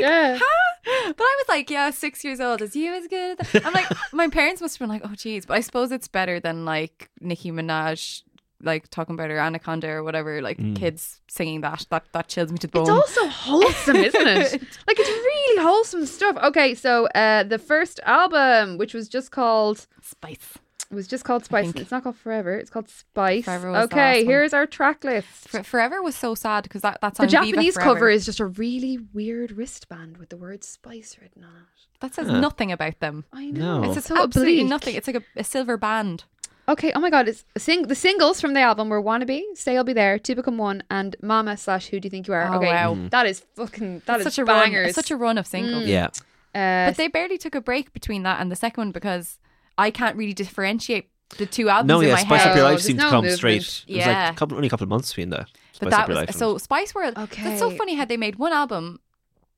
Speaker 5: Yeah.
Speaker 4: huh? But I was like, yeah, six years old. Is you as good? as- I'm like, my parents must have been like, oh, geez. But I suppose it's better than like Nicki Minaj, like talking about her anaconda or whatever. Like
Speaker 3: Mm.
Speaker 4: kids singing that, that that chills me to the bone.
Speaker 5: It's also wholesome, isn't it? like it's really wholesome stuff. Okay, so uh, the first album, which was just called
Speaker 4: spice.
Speaker 5: was just called Spice.
Speaker 4: think.
Speaker 5: It's not called Forever. It's called Spice.
Speaker 4: Forever was the last
Speaker 5: okay,
Speaker 4: one.
Speaker 5: here's our track list.
Speaker 4: For- Forever was so sad because that that's
Speaker 5: the
Speaker 4: on Viva
Speaker 5: Japanese
Speaker 4: Forever.
Speaker 5: cover is just a really weird wristband with the word spice written on it.
Speaker 4: that says
Speaker 3: Huh.
Speaker 4: nothing about them.
Speaker 5: I know.
Speaker 3: No.
Speaker 4: It's
Speaker 5: It's, so
Speaker 4: absolutely
Speaker 5: oblique.
Speaker 4: nothing. It's like a, a silver band.
Speaker 5: okay. Oh my god. It's sing- the singles from the album were "Wannabe," "Stay I'll Be There," "To Become One," and "Mama" slash "Who Do You Think You Are."
Speaker 4: Oh,
Speaker 5: okay,
Speaker 4: wow.
Speaker 5: that is fucking that is
Speaker 4: such a
Speaker 5: bangers.
Speaker 4: run, such a run of singles.
Speaker 3: Yeah.
Speaker 5: Uh,
Speaker 4: But they barely took a break between that and the second one because I can't really differentiate the two albums
Speaker 3: No,
Speaker 4: in
Speaker 3: yeah,
Speaker 4: my
Speaker 3: Spice
Speaker 4: head.
Speaker 3: Up Your
Speaker 5: Oh,
Speaker 3: Life
Speaker 5: there's
Speaker 3: seemed
Speaker 5: no
Speaker 3: to come
Speaker 5: movement.
Speaker 3: straight. It was like
Speaker 4: Yeah.
Speaker 3: a couple, only a couple of months between that. Spice
Speaker 4: But
Speaker 3: Up
Speaker 4: that
Speaker 3: Your
Speaker 4: was
Speaker 3: Life
Speaker 4: so
Speaker 3: and-
Speaker 4: Spice World. That's so
Speaker 5: Okay.
Speaker 4: funny how they made one album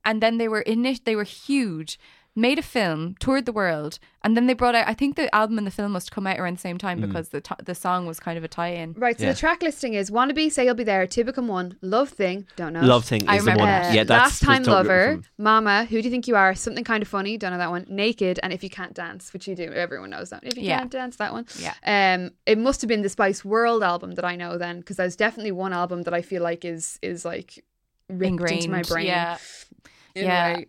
Speaker 4: and then they were init- they were huge, made a film, toured the world, and then they brought out I think the album and the film must come out around the same time
Speaker 3: Mm.
Speaker 4: because the t- the song was kind of a tie-in.
Speaker 5: Right, so
Speaker 3: Yeah.
Speaker 5: the track listing is Wannabe, Say You'll Be There, Two Become One, Love Thing, Don't Know. it.
Speaker 3: Love Thing
Speaker 4: I
Speaker 3: is the one.
Speaker 4: remember
Speaker 5: Uh,
Speaker 4: that.
Speaker 3: Yeah, that's
Speaker 5: Last
Speaker 3: that's
Speaker 5: Time
Speaker 3: totally
Speaker 5: Lover,
Speaker 3: from-
Speaker 5: Mama, Who Do You Think You Are, Something Kind of Funny, don't know that one, Naked, and If You Can't Dance, which you do, everyone knows that. If You
Speaker 4: Yeah.
Speaker 5: Can't Dance, that one.
Speaker 4: Yeah.
Speaker 5: Um, it must have been the Spice World album that I know then, because there's definitely one album that I feel like is is like ripped
Speaker 4: Ingrained
Speaker 5: into my brain.
Speaker 4: Yeah.
Speaker 5: In
Speaker 4: yeah.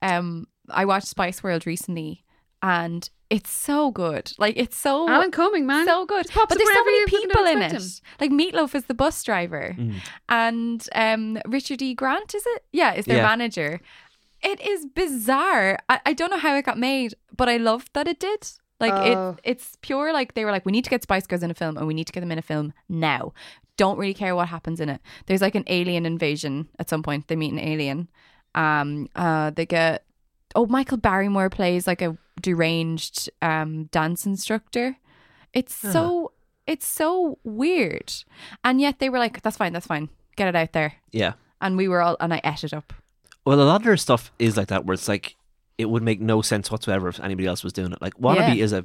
Speaker 5: my-
Speaker 4: Um I watched Spice World recently and it's so good. Like it's so
Speaker 5: Alan Cumming, man.
Speaker 4: so good.
Speaker 5: pops
Speaker 4: but
Speaker 5: up
Speaker 4: there's so
Speaker 5: whenever
Speaker 4: many
Speaker 5: you wouldn't
Speaker 4: people in it.
Speaker 5: expect
Speaker 4: Like Meatloaf is the bus driver,
Speaker 3: Mm.
Speaker 4: and um, Richard E. Grant is it? Yeah, is their
Speaker 3: Yeah.
Speaker 4: manager. It is bizarre. I, I don't know how it got made, but I love that it did. Like
Speaker 5: Oh.
Speaker 4: it, it's pure. Like they were like, we need to get Spice Girls in a film, and we need to get them in a film now. Don't really care what happens in it. There's like an alien invasion at some point. They meet an alien. Um, uh, they get oh Michael Barrymore plays like a deranged um dance instructor. It's so it's so weird. And yet they were like, That's fine, that's fine. Get it out there.
Speaker 3: Yeah.
Speaker 4: And we were all and I ate it up.
Speaker 3: Well, a lot of their stuff is like that, where it's like it would make no sense whatsoever if anybody else was doing it. Like Wannabe
Speaker 4: Yeah.
Speaker 3: is a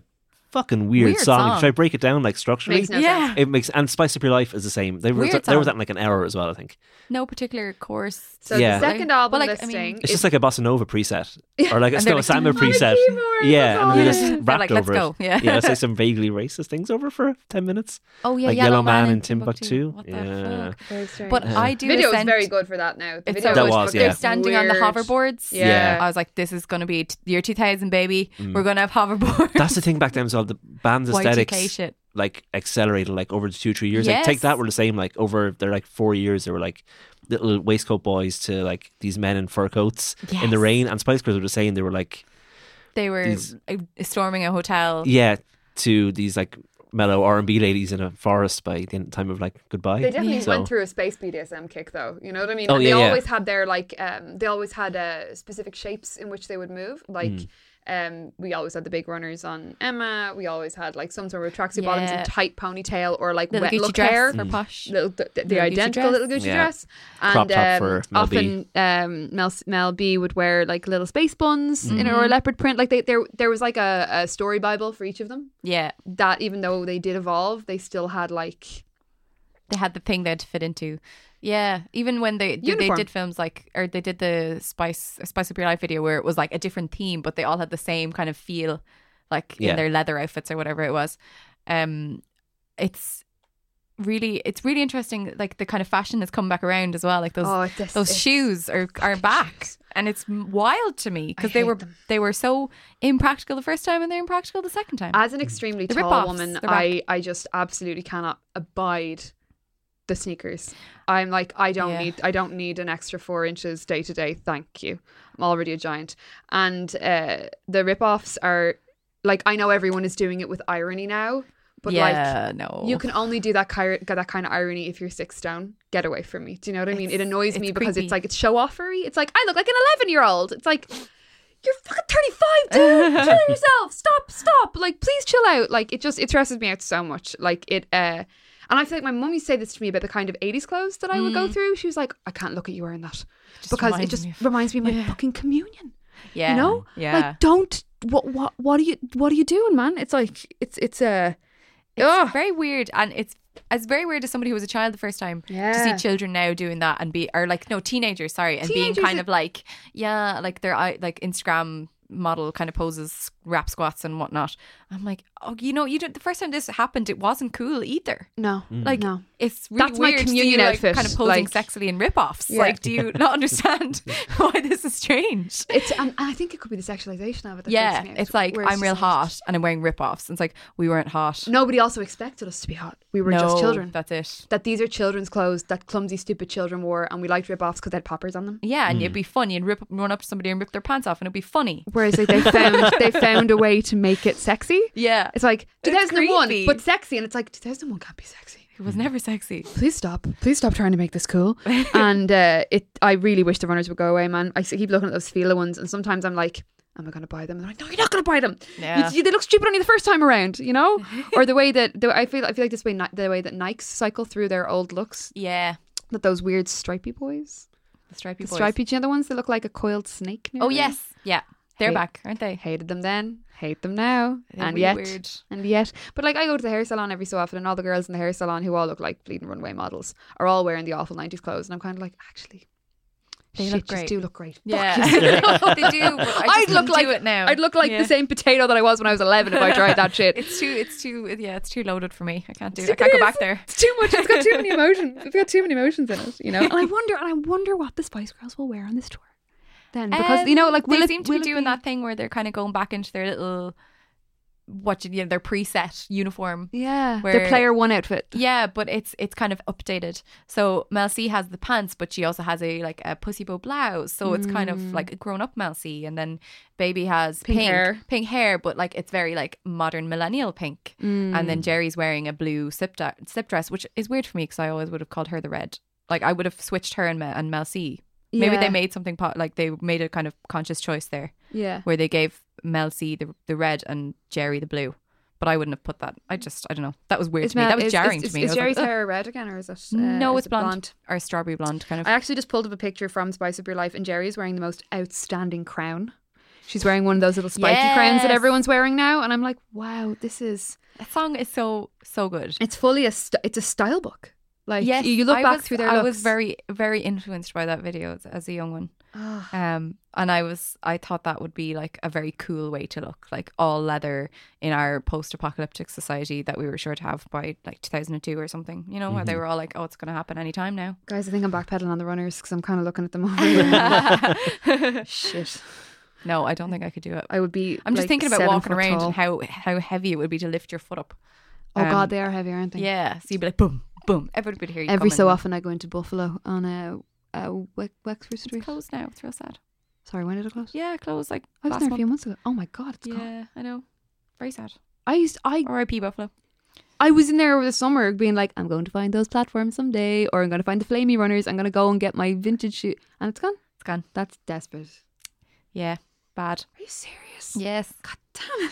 Speaker 3: fucking weird,
Speaker 4: Weird
Speaker 3: song.
Speaker 4: song.
Speaker 3: Should I break it down like structurally?
Speaker 5: Makes no
Speaker 4: yeah.
Speaker 3: It makes and Spice Up Your Life is the same. They were
Speaker 4: Weird
Speaker 3: they were
Speaker 4: song.
Speaker 3: that in like an hour as well, I think.
Speaker 4: No particular course.
Speaker 5: So
Speaker 3: Yeah.
Speaker 5: the second
Speaker 4: Well,
Speaker 5: album
Speaker 4: like, I
Speaker 5: listing
Speaker 4: mean-
Speaker 3: It's
Speaker 5: is
Speaker 3: just like a bossa nova preset or like a
Speaker 4: And they're
Speaker 3: still a
Speaker 4: like,
Speaker 3: samba
Speaker 4: "Come on,
Speaker 3: preset.
Speaker 5: keyboard,
Speaker 3: Yeah, and
Speaker 5: that's
Speaker 3: they
Speaker 5: all."
Speaker 3: just
Speaker 5: Yeah.
Speaker 3: rapped
Speaker 4: like,
Speaker 3: over
Speaker 4: "Let's
Speaker 3: it.
Speaker 4: go." Yeah.
Speaker 3: yeah, say some vaguely racist things over for ten minutes.
Speaker 4: Oh yeah,
Speaker 3: Like
Speaker 4: Yellow,
Speaker 3: Yellow Man
Speaker 4: and
Speaker 3: and Timbuktu.
Speaker 4: What the
Speaker 3: Yeah.
Speaker 4: fuck?
Speaker 5: very strange.
Speaker 4: But I do
Speaker 5: video is
Speaker 4: assent-
Speaker 5: very good for that now. The
Speaker 4: It's
Speaker 5: video
Speaker 4: so
Speaker 3: That
Speaker 4: good.
Speaker 3: was,
Speaker 4: They're
Speaker 3: yeah.
Speaker 4: standing on the
Speaker 5: weird.
Speaker 4: hoverboards.
Speaker 5: Yeah.
Speaker 4: I was like, this is going to be t- year 2000, baby.
Speaker 3: Mm.
Speaker 4: We're going to have hoverboards.
Speaker 3: That's the thing back then as well. The band's
Speaker 4: Y2K
Speaker 3: aesthetics
Speaker 4: shit.
Speaker 3: like accelerated like over the two three years. Like
Speaker 4: Yes.
Speaker 3: take that were the same. Like over their like four years, they were like little waistcoat boys to like these men in fur coats in the
Speaker 4: Yes.
Speaker 3: rain. And Spice Girls were the same. They were like
Speaker 4: They were
Speaker 3: These-
Speaker 4: uh, storming a hotel.
Speaker 3: yeah to these like mellow R and B ladies in a forest by the time of like goodbye.
Speaker 5: They definitely
Speaker 3: So-
Speaker 5: went through a space BDSM kick, though. You know what I mean?
Speaker 3: Oh,
Speaker 5: And
Speaker 3: yeah,
Speaker 5: they
Speaker 3: yeah.
Speaker 5: always had their like, um, they always had uh, specific shapes in which they would move. Like,
Speaker 3: Mm.
Speaker 5: um, we always had the big runners on Emma. We always had like some sort of tracksuit bottoms
Speaker 4: Yeah.
Speaker 5: and tight ponytail or like
Speaker 4: Little
Speaker 5: wet
Speaker 4: Gucci
Speaker 5: look
Speaker 4: dress
Speaker 5: hair.
Speaker 4: for posh.
Speaker 5: Little, the the
Speaker 4: Gucci
Speaker 5: identical
Speaker 4: dress.
Speaker 5: little Gucci
Speaker 3: Mm. Yeah.
Speaker 5: dress,
Speaker 3: Crop
Speaker 5: and
Speaker 3: top for Mel B.
Speaker 5: often um, Mel, Mel B would wear like little space buns
Speaker 3: Mm-hmm.
Speaker 5: in, or a leopard print. Like they, there, there was like a, a story bible for each of them.
Speaker 4: Yeah.
Speaker 5: That even though they did evolve, they still had like
Speaker 4: they had the thing they had to fit into. Yeah, even when they they, they
Speaker 5: Uniform.
Speaker 4: did films like or they did the Spice Spice Up Your Life video where it was like a different theme, but they all had the same kind of feel, like
Speaker 3: Yeah.
Speaker 4: in their leather outfits or whatever it was. Um, it's really it's really interesting. Like the kind of fashion that's come back around as well. Like those
Speaker 5: Oh, it's-
Speaker 4: those
Speaker 5: it's-
Speaker 4: shoes are are back, and it's m- wild to me because
Speaker 5: I
Speaker 4: they
Speaker 5: hate
Speaker 4: were
Speaker 5: them.
Speaker 4: they were so impractical the first time, and they're impractical the second time.
Speaker 5: As an extremely
Speaker 4: The
Speaker 5: tall
Speaker 4: rip-offs,
Speaker 5: woman,
Speaker 4: they're back.
Speaker 5: I, I just absolutely cannot abide the sneakers. I'm like, I don't
Speaker 4: Yeah.
Speaker 5: need I don't need an extra four inches day to day. Thank you. I'm already a giant. And uh, the rip-offs are like I know everyone is doing it with irony now, but like
Speaker 4: yeah, no,
Speaker 5: you can only do that ki- that kind of irony if you're six stone. Get away from me. Do you know what I mean? it
Speaker 4: It's-
Speaker 5: annoys me
Speaker 4: it's
Speaker 5: because
Speaker 4: creepy.
Speaker 5: it's like it's show offery. It's like I look like an eleven year old. It's like you're fucking thirty five, dude. Chill yourself. Stop, stop. Like please chill out. Like it just it stresses me out so much. Like it. uh and I feel like my mum used to say this to me about the kind of 80s clothes that I would go through. She was like, I can't look at you wearing that because
Speaker 4: Mm.
Speaker 5: it
Speaker 4: reminds
Speaker 5: just
Speaker 4: me of-
Speaker 5: reminds me of my fucking communion.
Speaker 4: yeah,
Speaker 5: You know?
Speaker 4: yeah.
Speaker 5: Like don't what what what are you what are you doing, man? It's like it's it's a
Speaker 4: It's
Speaker 5: Ugh.
Speaker 4: very weird, and it's it's very weird as somebody who was a child the first time to see
Speaker 5: Yeah.
Speaker 4: children now doing that and be or like no teenagers, sorry, and
Speaker 5: Teenagers
Speaker 4: being kind
Speaker 5: are-
Speaker 4: of like yeah, like their eye- like Instagram model kind of poses, rap squats and whatnot. I'm like, oh, you know, you did the first time this happened, it wasn't cool either.
Speaker 5: no.
Speaker 4: Like
Speaker 5: no.
Speaker 4: it's really
Speaker 5: That's my
Speaker 4: weird to see you,
Speaker 5: communion
Speaker 4: like,
Speaker 5: outfit,
Speaker 4: kind of posing
Speaker 5: like-
Speaker 4: sexily in rip-offs.
Speaker 5: Yeah.
Speaker 4: Like, do you not understand why this is strange?
Speaker 5: It's and, and I think it could be the sexualization of it. That
Speaker 4: yeah,
Speaker 5: freaks me out,
Speaker 4: it's like
Speaker 5: where
Speaker 4: I'm
Speaker 5: just
Speaker 4: real
Speaker 5: like,
Speaker 4: hot and I'm wearing rip-offs. And it's like we weren't hot.
Speaker 5: Nobody also expected us to be hot. We were just
Speaker 4: No,
Speaker 5: children.
Speaker 4: That's it.
Speaker 5: that these are children's clothes that clumsy, stupid children wore, and we liked rip offs because they had poppers on them.
Speaker 4: Yeah, and it'd be funny. You'd rip, run up to somebody and rip their pants off, and it'd be funny.
Speaker 5: Whereas like, they found they found a way to make it sexy.
Speaker 4: Yeah,
Speaker 5: It's like 2001,
Speaker 4: creepy.
Speaker 5: but sexy, and it's like 2001 can't be sexy.
Speaker 4: it was never sexy.
Speaker 5: Please stop! Please stop trying to make this cool. and uh, it, I really wish the runners would go away, man. I s- keep looking at those Fila ones, and sometimes I'm like, "Am I going to buy them?" And they're like, "No, you're not going to buy them. You-
Speaker 4: Yeah.
Speaker 5: you- they look stupid on you the first time around, you know." or the way that the, I feel, I feel like this way, Ni- the way that Nikes cycle through their old looks
Speaker 4: Yeah,
Speaker 5: that those weird stripy boys,
Speaker 4: The stripy
Speaker 5: the
Speaker 4: boys.
Speaker 5: stripy, do you know the ones that look like a coiled snake?
Speaker 4: Oh yes, yeah, they're
Speaker 5: Hey.
Speaker 4: back, aren't they?
Speaker 5: hated them then, hate them now,
Speaker 4: They're
Speaker 5: and
Speaker 4: really
Speaker 5: yet,
Speaker 4: weird.
Speaker 5: and yet. But like, I go to the hair salon every so often, and all the girls in the hair salon who all look like bleeding runway models are all wearing the awful nineties clothes, and I'm kind of like, actually,
Speaker 4: They
Speaker 5: shit,
Speaker 4: look
Speaker 5: just
Speaker 4: great.
Speaker 5: do look great. Fuck
Speaker 4: Yeah,
Speaker 5: yous.
Speaker 4: they do. but I
Speaker 5: I'd
Speaker 4: just
Speaker 5: look
Speaker 4: do
Speaker 5: like
Speaker 4: it now.
Speaker 5: I'd look like
Speaker 4: Yeah.
Speaker 5: the same potato that I was when I was eleven if I tried that shit.
Speaker 4: It's too. It's too. Yeah, it's too loaded for me. I can't do. it. I
Speaker 5: It
Speaker 4: can't go
Speaker 5: is.
Speaker 4: back there.
Speaker 5: It's too much. It's got too many emotions. It's got too many emotions in it. You know. And I wonder, and I wonder what the Spice Girls will wear on this tour. Then, because
Speaker 4: Um,
Speaker 5: you know, like, will
Speaker 4: they
Speaker 5: it,
Speaker 4: seem to
Speaker 5: will
Speaker 4: be
Speaker 5: it
Speaker 4: doing that thing where they're kind of going back into their little what you, you know, their preset uniform.
Speaker 5: Yeah,
Speaker 4: where-
Speaker 5: the player one outfit.
Speaker 4: Yeah, but it's it's kind of updated. So Mel C has the pants, but she also has a like a pussy bow blouse. So it's kind of like a grown up Mel C, and then Baby has
Speaker 5: Mm. Pink
Speaker 4: pink
Speaker 5: hair.
Speaker 4: pink hair, but like it's very like modern millennial pink. And
Speaker 5: Mm.
Speaker 4: then Jerry's wearing a blue slip, da- slip dress, which is weird for me because I always would have called her the red. Like I would have switched her and, Mel- and Mel C. Maybe
Speaker 5: Yeah.
Speaker 4: they made something po- like they made a kind of conscious choice there
Speaker 5: Yeah.
Speaker 4: where they gave Mel C the, the red and Jerry the blue. But I wouldn't have put that. I just, I don't know. That was weird to me.
Speaker 5: Mel-
Speaker 4: That was
Speaker 5: is-
Speaker 4: jarring
Speaker 5: is-
Speaker 4: to me.
Speaker 5: Is,
Speaker 4: I
Speaker 5: is
Speaker 4: was
Speaker 5: Jerry's
Speaker 4: like, "Ugh."
Speaker 5: hair red again, or is it? uh,
Speaker 4: no,
Speaker 5: is
Speaker 4: it's
Speaker 5: it
Speaker 4: blonde. or strawberry blonde kind of.
Speaker 5: I actually just pulled up a picture from Spice Up Your Life, and Jerry's wearing the most outstanding crown. She's wearing one of those little spiky crowns that
Speaker 4: Yes.
Speaker 5: everyone's wearing now, and I'm like, wow, this is
Speaker 4: that song is so so good.
Speaker 5: it's fully a st- it's a style book. Like
Speaker 4: yes,
Speaker 5: you, you look
Speaker 4: I
Speaker 5: back
Speaker 4: was,
Speaker 5: through their
Speaker 4: I
Speaker 5: looks.
Speaker 4: was very very influenced by that video as, as a young one.
Speaker 5: Ah.
Speaker 4: Um, and I was I thought that would be like a very cool way to look, like all leather in our post-apocalyptic society that we were sure to have by like 2002 or something. You know, where they were all like, "Oh, it's going to happen anytime now."
Speaker 5: guys. I think I'm backpedaling on the runners because I'm kind of looking at them over. here. Shit,
Speaker 4: no, I don't think I could do it.
Speaker 5: I would be.
Speaker 4: I'm just
Speaker 5: like,
Speaker 4: thinking about
Speaker 5: seven
Speaker 4: walking
Speaker 5: foot
Speaker 4: around
Speaker 5: tall.
Speaker 4: and how how heavy it would be to lift your foot up.
Speaker 5: oh
Speaker 4: um,
Speaker 5: God, they are heavy, aren't they?
Speaker 4: Yeah, so you'd be like boom, boom. Everybody would hear you.
Speaker 5: Every
Speaker 4: coming.
Speaker 5: so often, I go into Buffalo on a. Uh, Wex- Wexford Street.
Speaker 4: It's closed now. It's real sad.
Speaker 5: Sorry, when did it close?
Speaker 4: Yeah, closed like
Speaker 5: I was
Speaker 4: last
Speaker 5: there a
Speaker 4: month.
Speaker 5: few months ago. Oh my god, it's gone.
Speaker 4: Yeah, I know. Very sad.
Speaker 5: I used I
Speaker 4: R.I.P. Buffalo.
Speaker 5: I was in there over the summer being like, I'm going to find those platforms someday, or I'm going to find the flamey runners. I'm going to go and get my vintage shoe. And it's gone.
Speaker 4: It's gone.
Speaker 5: That's desperate.
Speaker 4: Yeah, bad.
Speaker 5: Are you serious?
Speaker 4: Yes.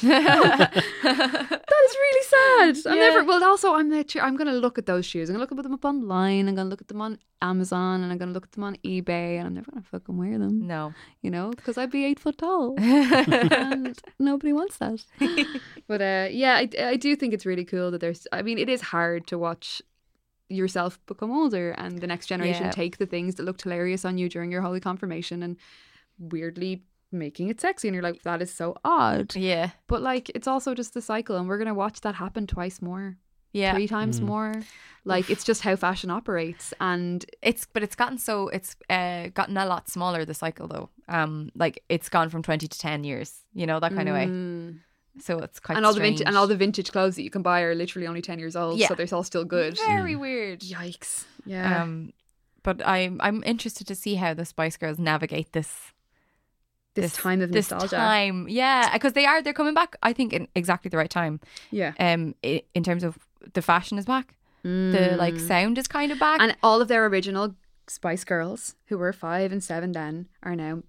Speaker 5: That is really sad. I'm
Speaker 4: Yeah.
Speaker 5: never, well, also, I'm the cheer- I'm going to look at those shoes. I'm going to look at them up online. I'm going to look at them on Amazon and I'm going to look at them on eBay and I'm never going to fucking wear them,
Speaker 4: No.
Speaker 5: you know, because I'd be eight foot tall and nobody wants that. But uh, yeah, I, I do think it's really cool that there's. I mean, it is hard to watch yourself become older and the next generation
Speaker 4: Yeah.
Speaker 5: take the things that looked hilarious on you during your holy confirmation and weirdly making it sexy. And you're like, that is so odd.
Speaker 4: Yeah.
Speaker 5: But like, it's also just the cycle, and we're gonna watch that happen twice more,
Speaker 4: Yeah.
Speaker 5: three times
Speaker 3: Mm.
Speaker 5: more. Like, it's just how fashion operates, and
Speaker 4: It's but it's gotten so it's uh, gotten a lot smaller the cycle though. Um, like it's gone from twenty to ten years. You know that kind of way.
Speaker 5: Mm.
Speaker 4: So it's quite
Speaker 5: and all the
Speaker 4: strange.
Speaker 5: vintage and all the vintage clothes that you can buy are literally only ten years old,
Speaker 4: Yeah.
Speaker 5: so they're all still good.
Speaker 4: very weird.
Speaker 5: Yikes! Yeah.
Speaker 4: Um, but I'm I'm interested to see how the Spice Girls navigate this
Speaker 5: this, time of
Speaker 4: this
Speaker 5: nostalgia.
Speaker 4: time, yeah, because they are they're coming back. I think in exactly the right time.
Speaker 5: Yeah.
Speaker 4: Um, i- in terms of the fashion is back, the like sound is kind of back.
Speaker 5: Mm. And all of their original Spice Girls, who were five and seven then, are now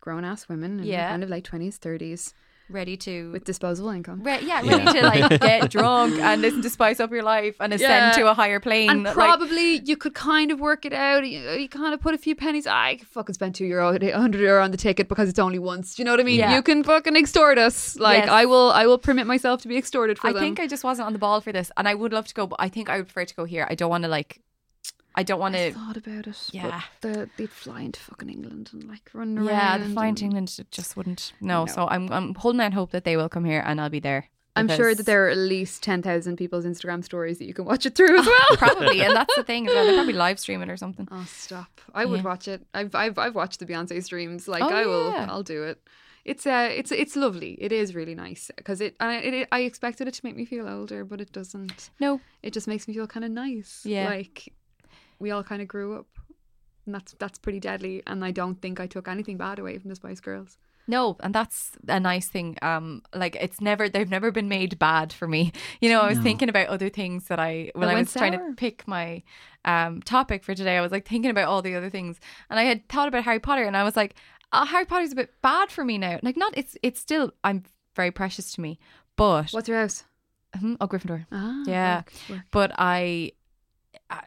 Speaker 5: grown ass women in
Speaker 4: Yeah.
Speaker 5: kind of like twenties, thirties,
Speaker 4: ready to
Speaker 5: with disposable income.
Speaker 4: Re- yeah,
Speaker 3: Yeah.
Speaker 4: ready to like get drunk and listen to Spice Up Your Life and ascend
Speaker 5: Yeah.
Speaker 4: to a higher plane.
Speaker 5: And
Speaker 4: like-
Speaker 5: probably you could kind of work it out. You, you kind of put a few pennies. I could fucking spend two euro, hundred euro on the ticket because it's only once. Do you know what I mean?
Speaker 4: Yeah.
Speaker 5: You can fucking extort us. Like
Speaker 4: Yes.
Speaker 5: I will, I will permit myself to be extorted for
Speaker 4: I
Speaker 5: them.
Speaker 4: think I just wasn't on the ball for this, and I would love to go, but I think I would prefer to go here. I don't want to like, I don't want to.
Speaker 5: thought about it. but
Speaker 4: Yeah.
Speaker 5: the, they'd fly into fucking England and like run around.
Speaker 4: Yeah, the flying
Speaker 5: and-
Speaker 4: to England j- just wouldn't. No, so I'm I'm holding out hope that they will come here and I'll be there.
Speaker 5: I'm sure
Speaker 4: because-
Speaker 5: that there are at least 10,000 people's Instagram stories that you can watch it through as well.
Speaker 4: probably, and that's the thing. Is that they're probably live stream it or something.
Speaker 5: Oh, stop. I would
Speaker 4: Yeah.
Speaker 5: watch it. I've, I've, I've watched the Beyonce streams. Like,
Speaker 4: Oh,
Speaker 5: I will,
Speaker 4: yeah.
Speaker 5: I'll do it. It's uh, it's it's lovely. It is really nice because it, and it, it. I expected it to make me feel older, but it doesn't.
Speaker 4: No,
Speaker 5: It just makes me feel kind of nice.
Speaker 4: Yeah.
Speaker 5: like we all kind of grew up, and that's that's pretty deadly. And I don't think I took anything bad away from the Spice Girls.
Speaker 4: no, and that's a nice thing. Um, like it's never they've never been made bad for me. You know, I was thinking about other things that I when
Speaker 5: That
Speaker 4: I
Speaker 5: went
Speaker 4: was trying
Speaker 5: sour.
Speaker 4: to pick my um topic for today. I was like thinking about all the other things, and I had thought about Harry Potter, and I was like, oh, Harry Potter's a bit bad for me now. Like, not it's it's still I'm very precious to me, but
Speaker 5: What's your house?
Speaker 4: Mhm, oh Gryffindor.
Speaker 5: Ah,
Speaker 4: Yeah.
Speaker 5: work, work.
Speaker 4: but I uh,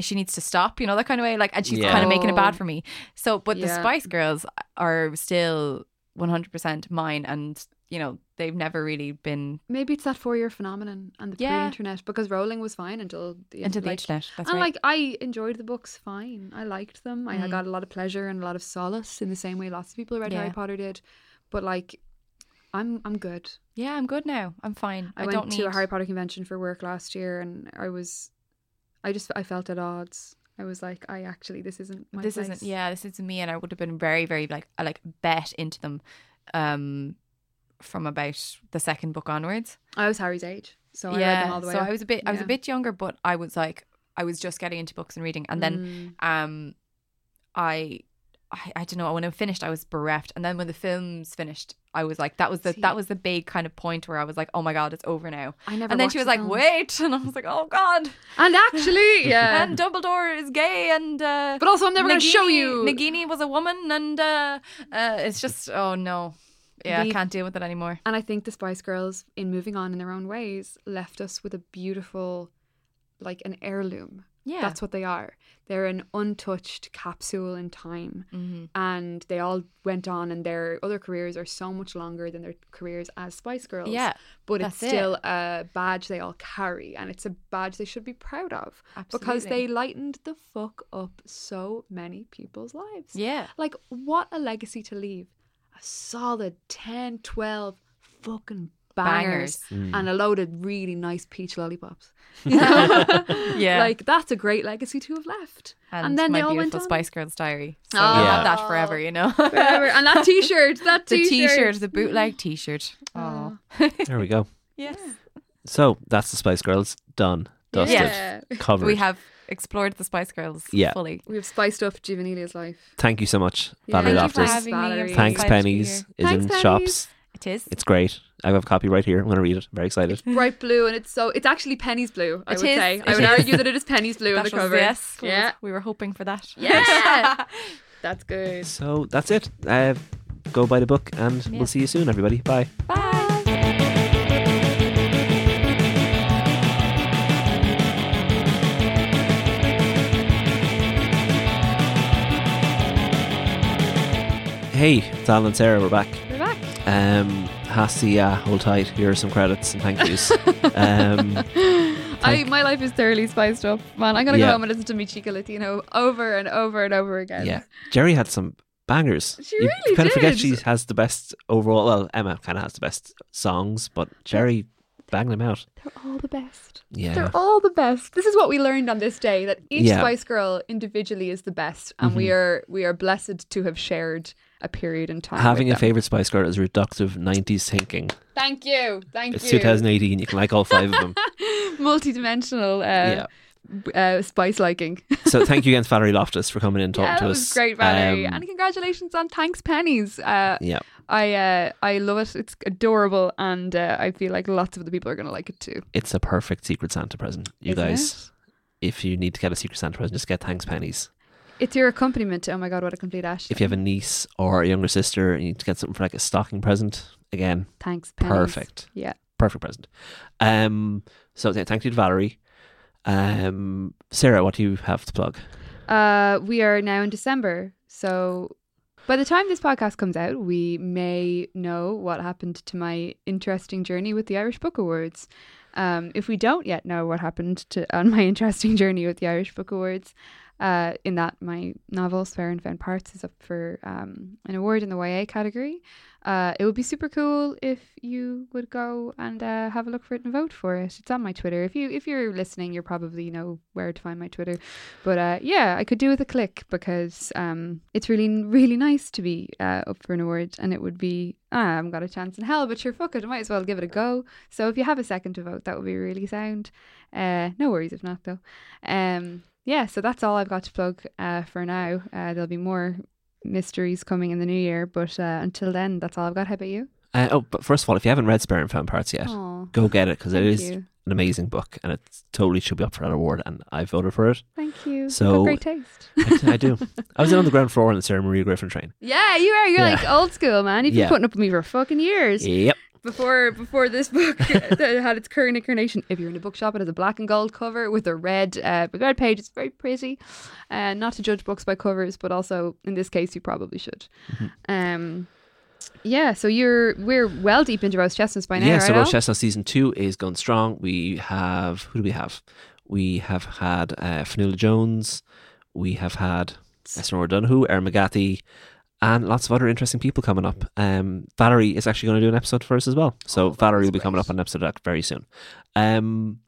Speaker 4: she needs to stop, you know, that kind of way. Like, and she's
Speaker 3: Yeah.
Speaker 4: kind of making it
Speaker 5: Oh.
Speaker 4: bad for me. So, but the
Speaker 5: Yeah.
Speaker 4: Spice Girls are still 100% mine, and you know, they've never really been
Speaker 5: Maybe it's that four year phenomenon and the
Speaker 4: Yeah.
Speaker 5: pre-internet because Rowling was fine until the
Speaker 4: into the
Speaker 5: like,
Speaker 4: internet. That's
Speaker 5: and
Speaker 4: right.
Speaker 5: like I enjoyed the books fine. I liked them. I
Speaker 4: Mm.
Speaker 5: got a lot of pleasure and a lot of solace in the same way lots of people who read Harry
Speaker 4: Yeah.
Speaker 5: Potter did. But like, I'm I'm good.
Speaker 4: yeah, I'm good now. I'm fine.
Speaker 5: I,
Speaker 4: I,
Speaker 5: went
Speaker 4: don't
Speaker 5: to
Speaker 4: need
Speaker 5: a Harry Potter convention for work last year, and I was, I just I felt at odds. I was like, I actually this isn't my
Speaker 4: this
Speaker 5: place.
Speaker 4: isn't yeah this isn't me and i would have been very very like I, like bet into them um from about the second book onwards
Speaker 5: I was Harry's age, so I read
Speaker 4: yeah
Speaker 5: them all the way.
Speaker 4: so
Speaker 5: up.
Speaker 4: i was a bit i was a
Speaker 5: Yeah.
Speaker 4: bit younger but i was like i was just getting into books and reading and then
Speaker 5: Mm.
Speaker 4: um i I, I don't know. When I finished, I was bereft, and then when the films finished, I was like, "That was the
Speaker 5: See.
Speaker 4: that was the big kind of point where I was like, oh my god, it's over now."
Speaker 5: I never.
Speaker 4: And then she was
Speaker 5: watched
Speaker 4: like,
Speaker 5: the film. Uh,
Speaker 4: "Wait," and I was like, "Oh god!"
Speaker 5: And actually, yeah.
Speaker 4: And Dumbledore is gay, and uh,
Speaker 5: but also, I'm never going to show
Speaker 4: Nagini-
Speaker 5: you.
Speaker 4: Nagini was a woman, and uh, uh, it's just oh no, yeah,
Speaker 5: The-
Speaker 4: I can't deal with it anymore.
Speaker 5: And I think the Spice Girls, in moving on in their own ways, left us with a beautiful, like an heirloom.
Speaker 4: Yeah,
Speaker 5: That's what they are. They're an untouched capsule in time.
Speaker 4: hmm
Speaker 5: And they all went on, and their other careers are so much longer than their careers as Spice Girls.
Speaker 4: yeah,
Speaker 5: But it's
Speaker 4: that's it.
Speaker 5: still a badge they all carry, and it's a badge they should be proud of because
Speaker 4: absolutely.
Speaker 5: they lightened the fuck up so many people's lives.
Speaker 4: yeah,
Speaker 5: Like, what a legacy to leave. A solid 10, 12 fucking
Speaker 4: bangers,
Speaker 5: bangers,
Speaker 4: Mm.
Speaker 5: and a load of really nice peach lollipops.
Speaker 4: yeah,
Speaker 5: Like, that's a great legacy to have left.
Speaker 4: and,
Speaker 5: And, then
Speaker 4: my
Speaker 5: they all went
Speaker 4: beautiful
Speaker 5: on.
Speaker 4: Spice Girls diary. So
Speaker 5: Oh.
Speaker 4: I'll have
Speaker 3: Yeah.
Speaker 4: that forever, you know.
Speaker 5: Forever. And that t shirt, that
Speaker 4: the
Speaker 5: t
Speaker 4: t-shirt, the bootleg t-shirt. Oh,
Speaker 3: There we go.
Speaker 4: yes,
Speaker 3: So that's the Spice Girls done, dusted,
Speaker 5: Yeah.
Speaker 3: covered.
Speaker 4: we have explored the Spice Girls
Speaker 3: Yeah.
Speaker 4: fully.
Speaker 5: We've spiced up Giovanilia's life.
Speaker 3: Thank you so much,
Speaker 5: Yeah.
Speaker 3: Valerie
Speaker 5: Thank you for
Speaker 3: Loftus.
Speaker 5: having- Valerie.
Speaker 4: I'm so
Speaker 3: Thanks,
Speaker 4: excited to be
Speaker 3: Pennies
Speaker 4: here.
Speaker 3: is
Speaker 5: Thanks,
Speaker 3: in
Speaker 5: Pennies.
Speaker 3: shops.
Speaker 4: It is.
Speaker 3: It's great. I have a copy right here. I'm going to read it. Very excited.
Speaker 5: Bright blue, and it's so, it's actually Penny's blue, I
Speaker 4: It
Speaker 5: would
Speaker 4: is.
Speaker 5: say. I
Speaker 4: It
Speaker 5: would
Speaker 4: is.
Speaker 5: argue that it is Penny's blue on
Speaker 4: That
Speaker 5: the
Speaker 4: was
Speaker 5: cover.
Speaker 4: yes.
Speaker 5: Yeah.
Speaker 4: We were hoping for that.
Speaker 5: Yeah. That's good.
Speaker 3: So that's it. Uh, go buy the book, and
Speaker 4: Yeah.
Speaker 3: we'll see you soon, everybody. Bye.
Speaker 4: Bye.
Speaker 3: Hey, it's Alan and Sarah. We're back.
Speaker 5: We're back.
Speaker 3: Um, Hassi, yeah, hold tight. Here are some credits and thank yous. um,
Speaker 5: I, my life is thoroughly spiced up, man. I'm gonna
Speaker 3: Yeah.
Speaker 5: go home and listen to Michika Latino over and over and over again.
Speaker 3: yeah, Jerry had some bangers.
Speaker 5: She
Speaker 3: you
Speaker 5: really
Speaker 3: kind of forget
Speaker 5: did.
Speaker 3: she has the best overall. Well, Emma kind of has the best songs, but Jerry banged them out.
Speaker 5: they're all the best.
Speaker 3: Yeah.
Speaker 5: They're all the best. This is what we learned on this day that each
Speaker 3: Yeah. Mm-hmm.
Speaker 5: Spice Girl individually is the best, and we are we are blessed to have shared a period in time.
Speaker 3: Having
Speaker 5: with
Speaker 3: a
Speaker 5: them.
Speaker 3: favorite Spice Girl is reductive 90s thinking.
Speaker 5: Thank you. Thank
Speaker 3: It's
Speaker 5: you.
Speaker 3: 2018. You can like all five of them.
Speaker 5: Multidimensional.
Speaker 3: yeah.
Speaker 5: Uh, Uh, spice liking.
Speaker 3: So thank you again, to Valerie Loftus, for coming in and talking
Speaker 5: yeah,
Speaker 3: to
Speaker 5: that
Speaker 3: us.
Speaker 5: was great, Valerie.
Speaker 3: Um,
Speaker 5: and congratulations on Thanks Pennies. Uh,
Speaker 3: yeah.
Speaker 5: I uh, I love it. It's adorable, and uh, I feel like lots of other people are gonna like it too.
Speaker 3: It's a perfect Secret Santa present. You
Speaker 5: Isn't
Speaker 3: guys, if you need to get a Secret Santa present, just get thanks pennies.
Speaker 5: It's your accompaniment. to Oh my god, what a complete ash!
Speaker 3: If you have a niece or a younger sister and you need to get something for like a stocking present, again,
Speaker 5: Thanks, pennies.
Speaker 3: perfect.
Speaker 5: Yeah.
Speaker 3: Perfect present. Um, so th- thank you to Valerie. Um, Sarah, what do you have to plug?
Speaker 5: Uh, we are now in December, so by the time this podcast comes out, we may know what happened to my interesting journey with the Irish Book Awards. Um, if we don't yet know what happened to on my interesting journey with the Irish Book Awards, uh, in that my novel Swear and Found Parts is up for um, an award in the YA category, uh, it would be super cool if you would go and uh, have a look for it and vote for it. It's on my Twitter. If you if you're listening, you probably know where to find my Twitter. But uh, yeah, I could do with a click because um, it's really, really nice to be uh, up for an award, and it would be ah, I haven't got a chance in hell, but sure, fuck it, I might as well give it a go. So if you have a second to vote, that would be really sound. Uh, no worries if not though. Um, yeah, so that's all I've got to plug uh, for now. Uh, there'll be more mysteries coming in the new year, but uh, until then, that's all I've got. How about you?
Speaker 3: Uh, oh, but first of all, if you haven't read Spare and Found Parts yet,
Speaker 5: Oh,
Speaker 3: go get it because it
Speaker 5: Thank
Speaker 3: is
Speaker 5: you.
Speaker 3: an amazing book and it totally should be up for that award. And I voted for it.
Speaker 5: thank you. You've
Speaker 3: So-
Speaker 5: got great taste.
Speaker 3: I, I do. I was in on the ground floor on the Sarah Maria Griffin train.
Speaker 5: yeah, you are. You're
Speaker 3: Yeah.
Speaker 5: like old school, man. You've
Speaker 3: Yeah.
Speaker 5: been putting up with me for fucking years.
Speaker 3: Yep.
Speaker 5: before before this book that had its current incarnation. If you're in a bookshop, it has a black and gold cover with a red uh, with a red page. It's very pretty. Uh, not to judge books by covers, but also in this case, you probably should.
Speaker 3: Mm-hmm.
Speaker 5: Um, yeah. So you're we're well deep into Rose Chestnuts by now,
Speaker 3: yeah,
Speaker 5: right?
Speaker 3: so
Speaker 5: Al?
Speaker 3: Roche Chestnut season two is going strong. We have who do we have? We have had uh, Fanula Jones, we have had Esmer O'Donoghue, Erin McGathy, and lots of other interesting people coming up. Um, Valerie is actually going to do an episode for us as
Speaker 5: Oh,
Speaker 3: well, so Valerie will be coming up on an episode of that very soon. Um,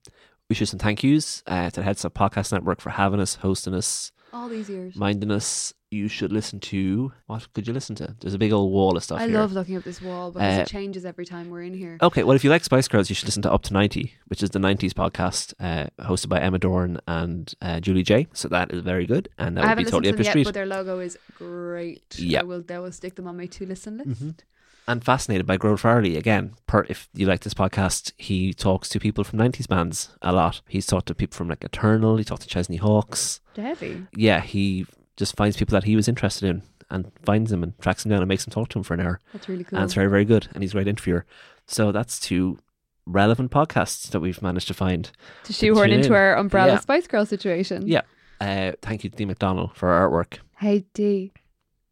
Speaker 3: we should some thank yous uh, to the Heads Up Podcast Network for having us, hosting us,
Speaker 5: all these years.
Speaker 3: minding us. You should listen to what could you listen to? There's a big old wall of stuff.
Speaker 5: I
Speaker 3: here.
Speaker 5: love looking at this wall because
Speaker 3: Uh, oh,
Speaker 5: it changes every time we're in here.
Speaker 3: Okay, well, if you like Spice Girls, you should listen to Up to 90, which is the 90s podcast uh, hosted by Emma Dorn and uh, Julie J. So that is very good, and that
Speaker 5: I
Speaker 3: would
Speaker 5: haven't
Speaker 3: be totally up your
Speaker 5: listened to them yet,
Speaker 3: street.
Speaker 5: but their logo is great.
Speaker 3: Yeah.
Speaker 5: I will, I will stick them on my to listen list.
Speaker 3: And fascinated by Grover Farley again. Per, if you like this podcast, he talks to people from 90s bands a lot. He's talked to people from like Eternal, he talked to Chesney Hawks.
Speaker 5: Debbie.
Speaker 3: Yeah, he just finds people that he was interested in and finds them and tracks them down and makes them talk to him for an hour.
Speaker 5: That's really cool.
Speaker 3: And it's very, very good. And he's a great interviewer. So that's two relevant podcasts that we've managed to find.
Speaker 5: to shoehorn
Speaker 3: tune
Speaker 5: into
Speaker 3: in.
Speaker 5: our umbrella
Speaker 3: Yeah.
Speaker 5: Spice Girl situation.
Speaker 3: Yeah. Uh, thank you, Dee McDonald, for our artwork.
Speaker 5: Hey D,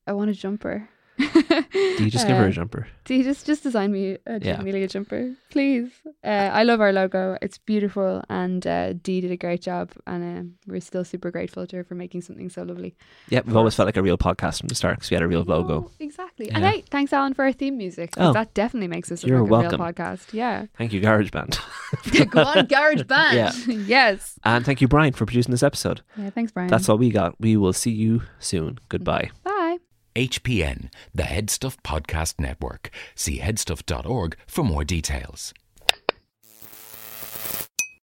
Speaker 5: I want a jumper. do
Speaker 3: Do you just give her
Speaker 5: Uh,
Speaker 3: a jumper?
Speaker 5: Do you just just design me a
Speaker 3: Yeah.
Speaker 5: Amelia jumper, please? Uh, I love our logo; it's beautiful, and uh, Dee did a great job, and um we're still super grateful to her for making something so lovely.
Speaker 3: Yeah, we've always felt like a real podcast from the start because we had a real logo.
Speaker 5: Oh, exactly. And
Speaker 3: Yeah.
Speaker 5: hey, thanks, Alan, for our theme music. 'cause
Speaker 3: Oh.
Speaker 5: that definitely makes us look
Speaker 3: You're
Speaker 5: like
Speaker 3: welcome.
Speaker 5: a real podcast. Yeah.
Speaker 3: Thank you, GarageBand.
Speaker 5: Go on, Garage Band.
Speaker 3: Yeah.
Speaker 5: yes.
Speaker 3: and thank you, Brian, for producing this episode.
Speaker 5: Yeah. Thanks, Brian.
Speaker 3: That's all we got. We will see you soon. Goodbye.
Speaker 5: Bye.
Speaker 7: HPN, the Headstuff Podcast Network. See headstuff.org for more details.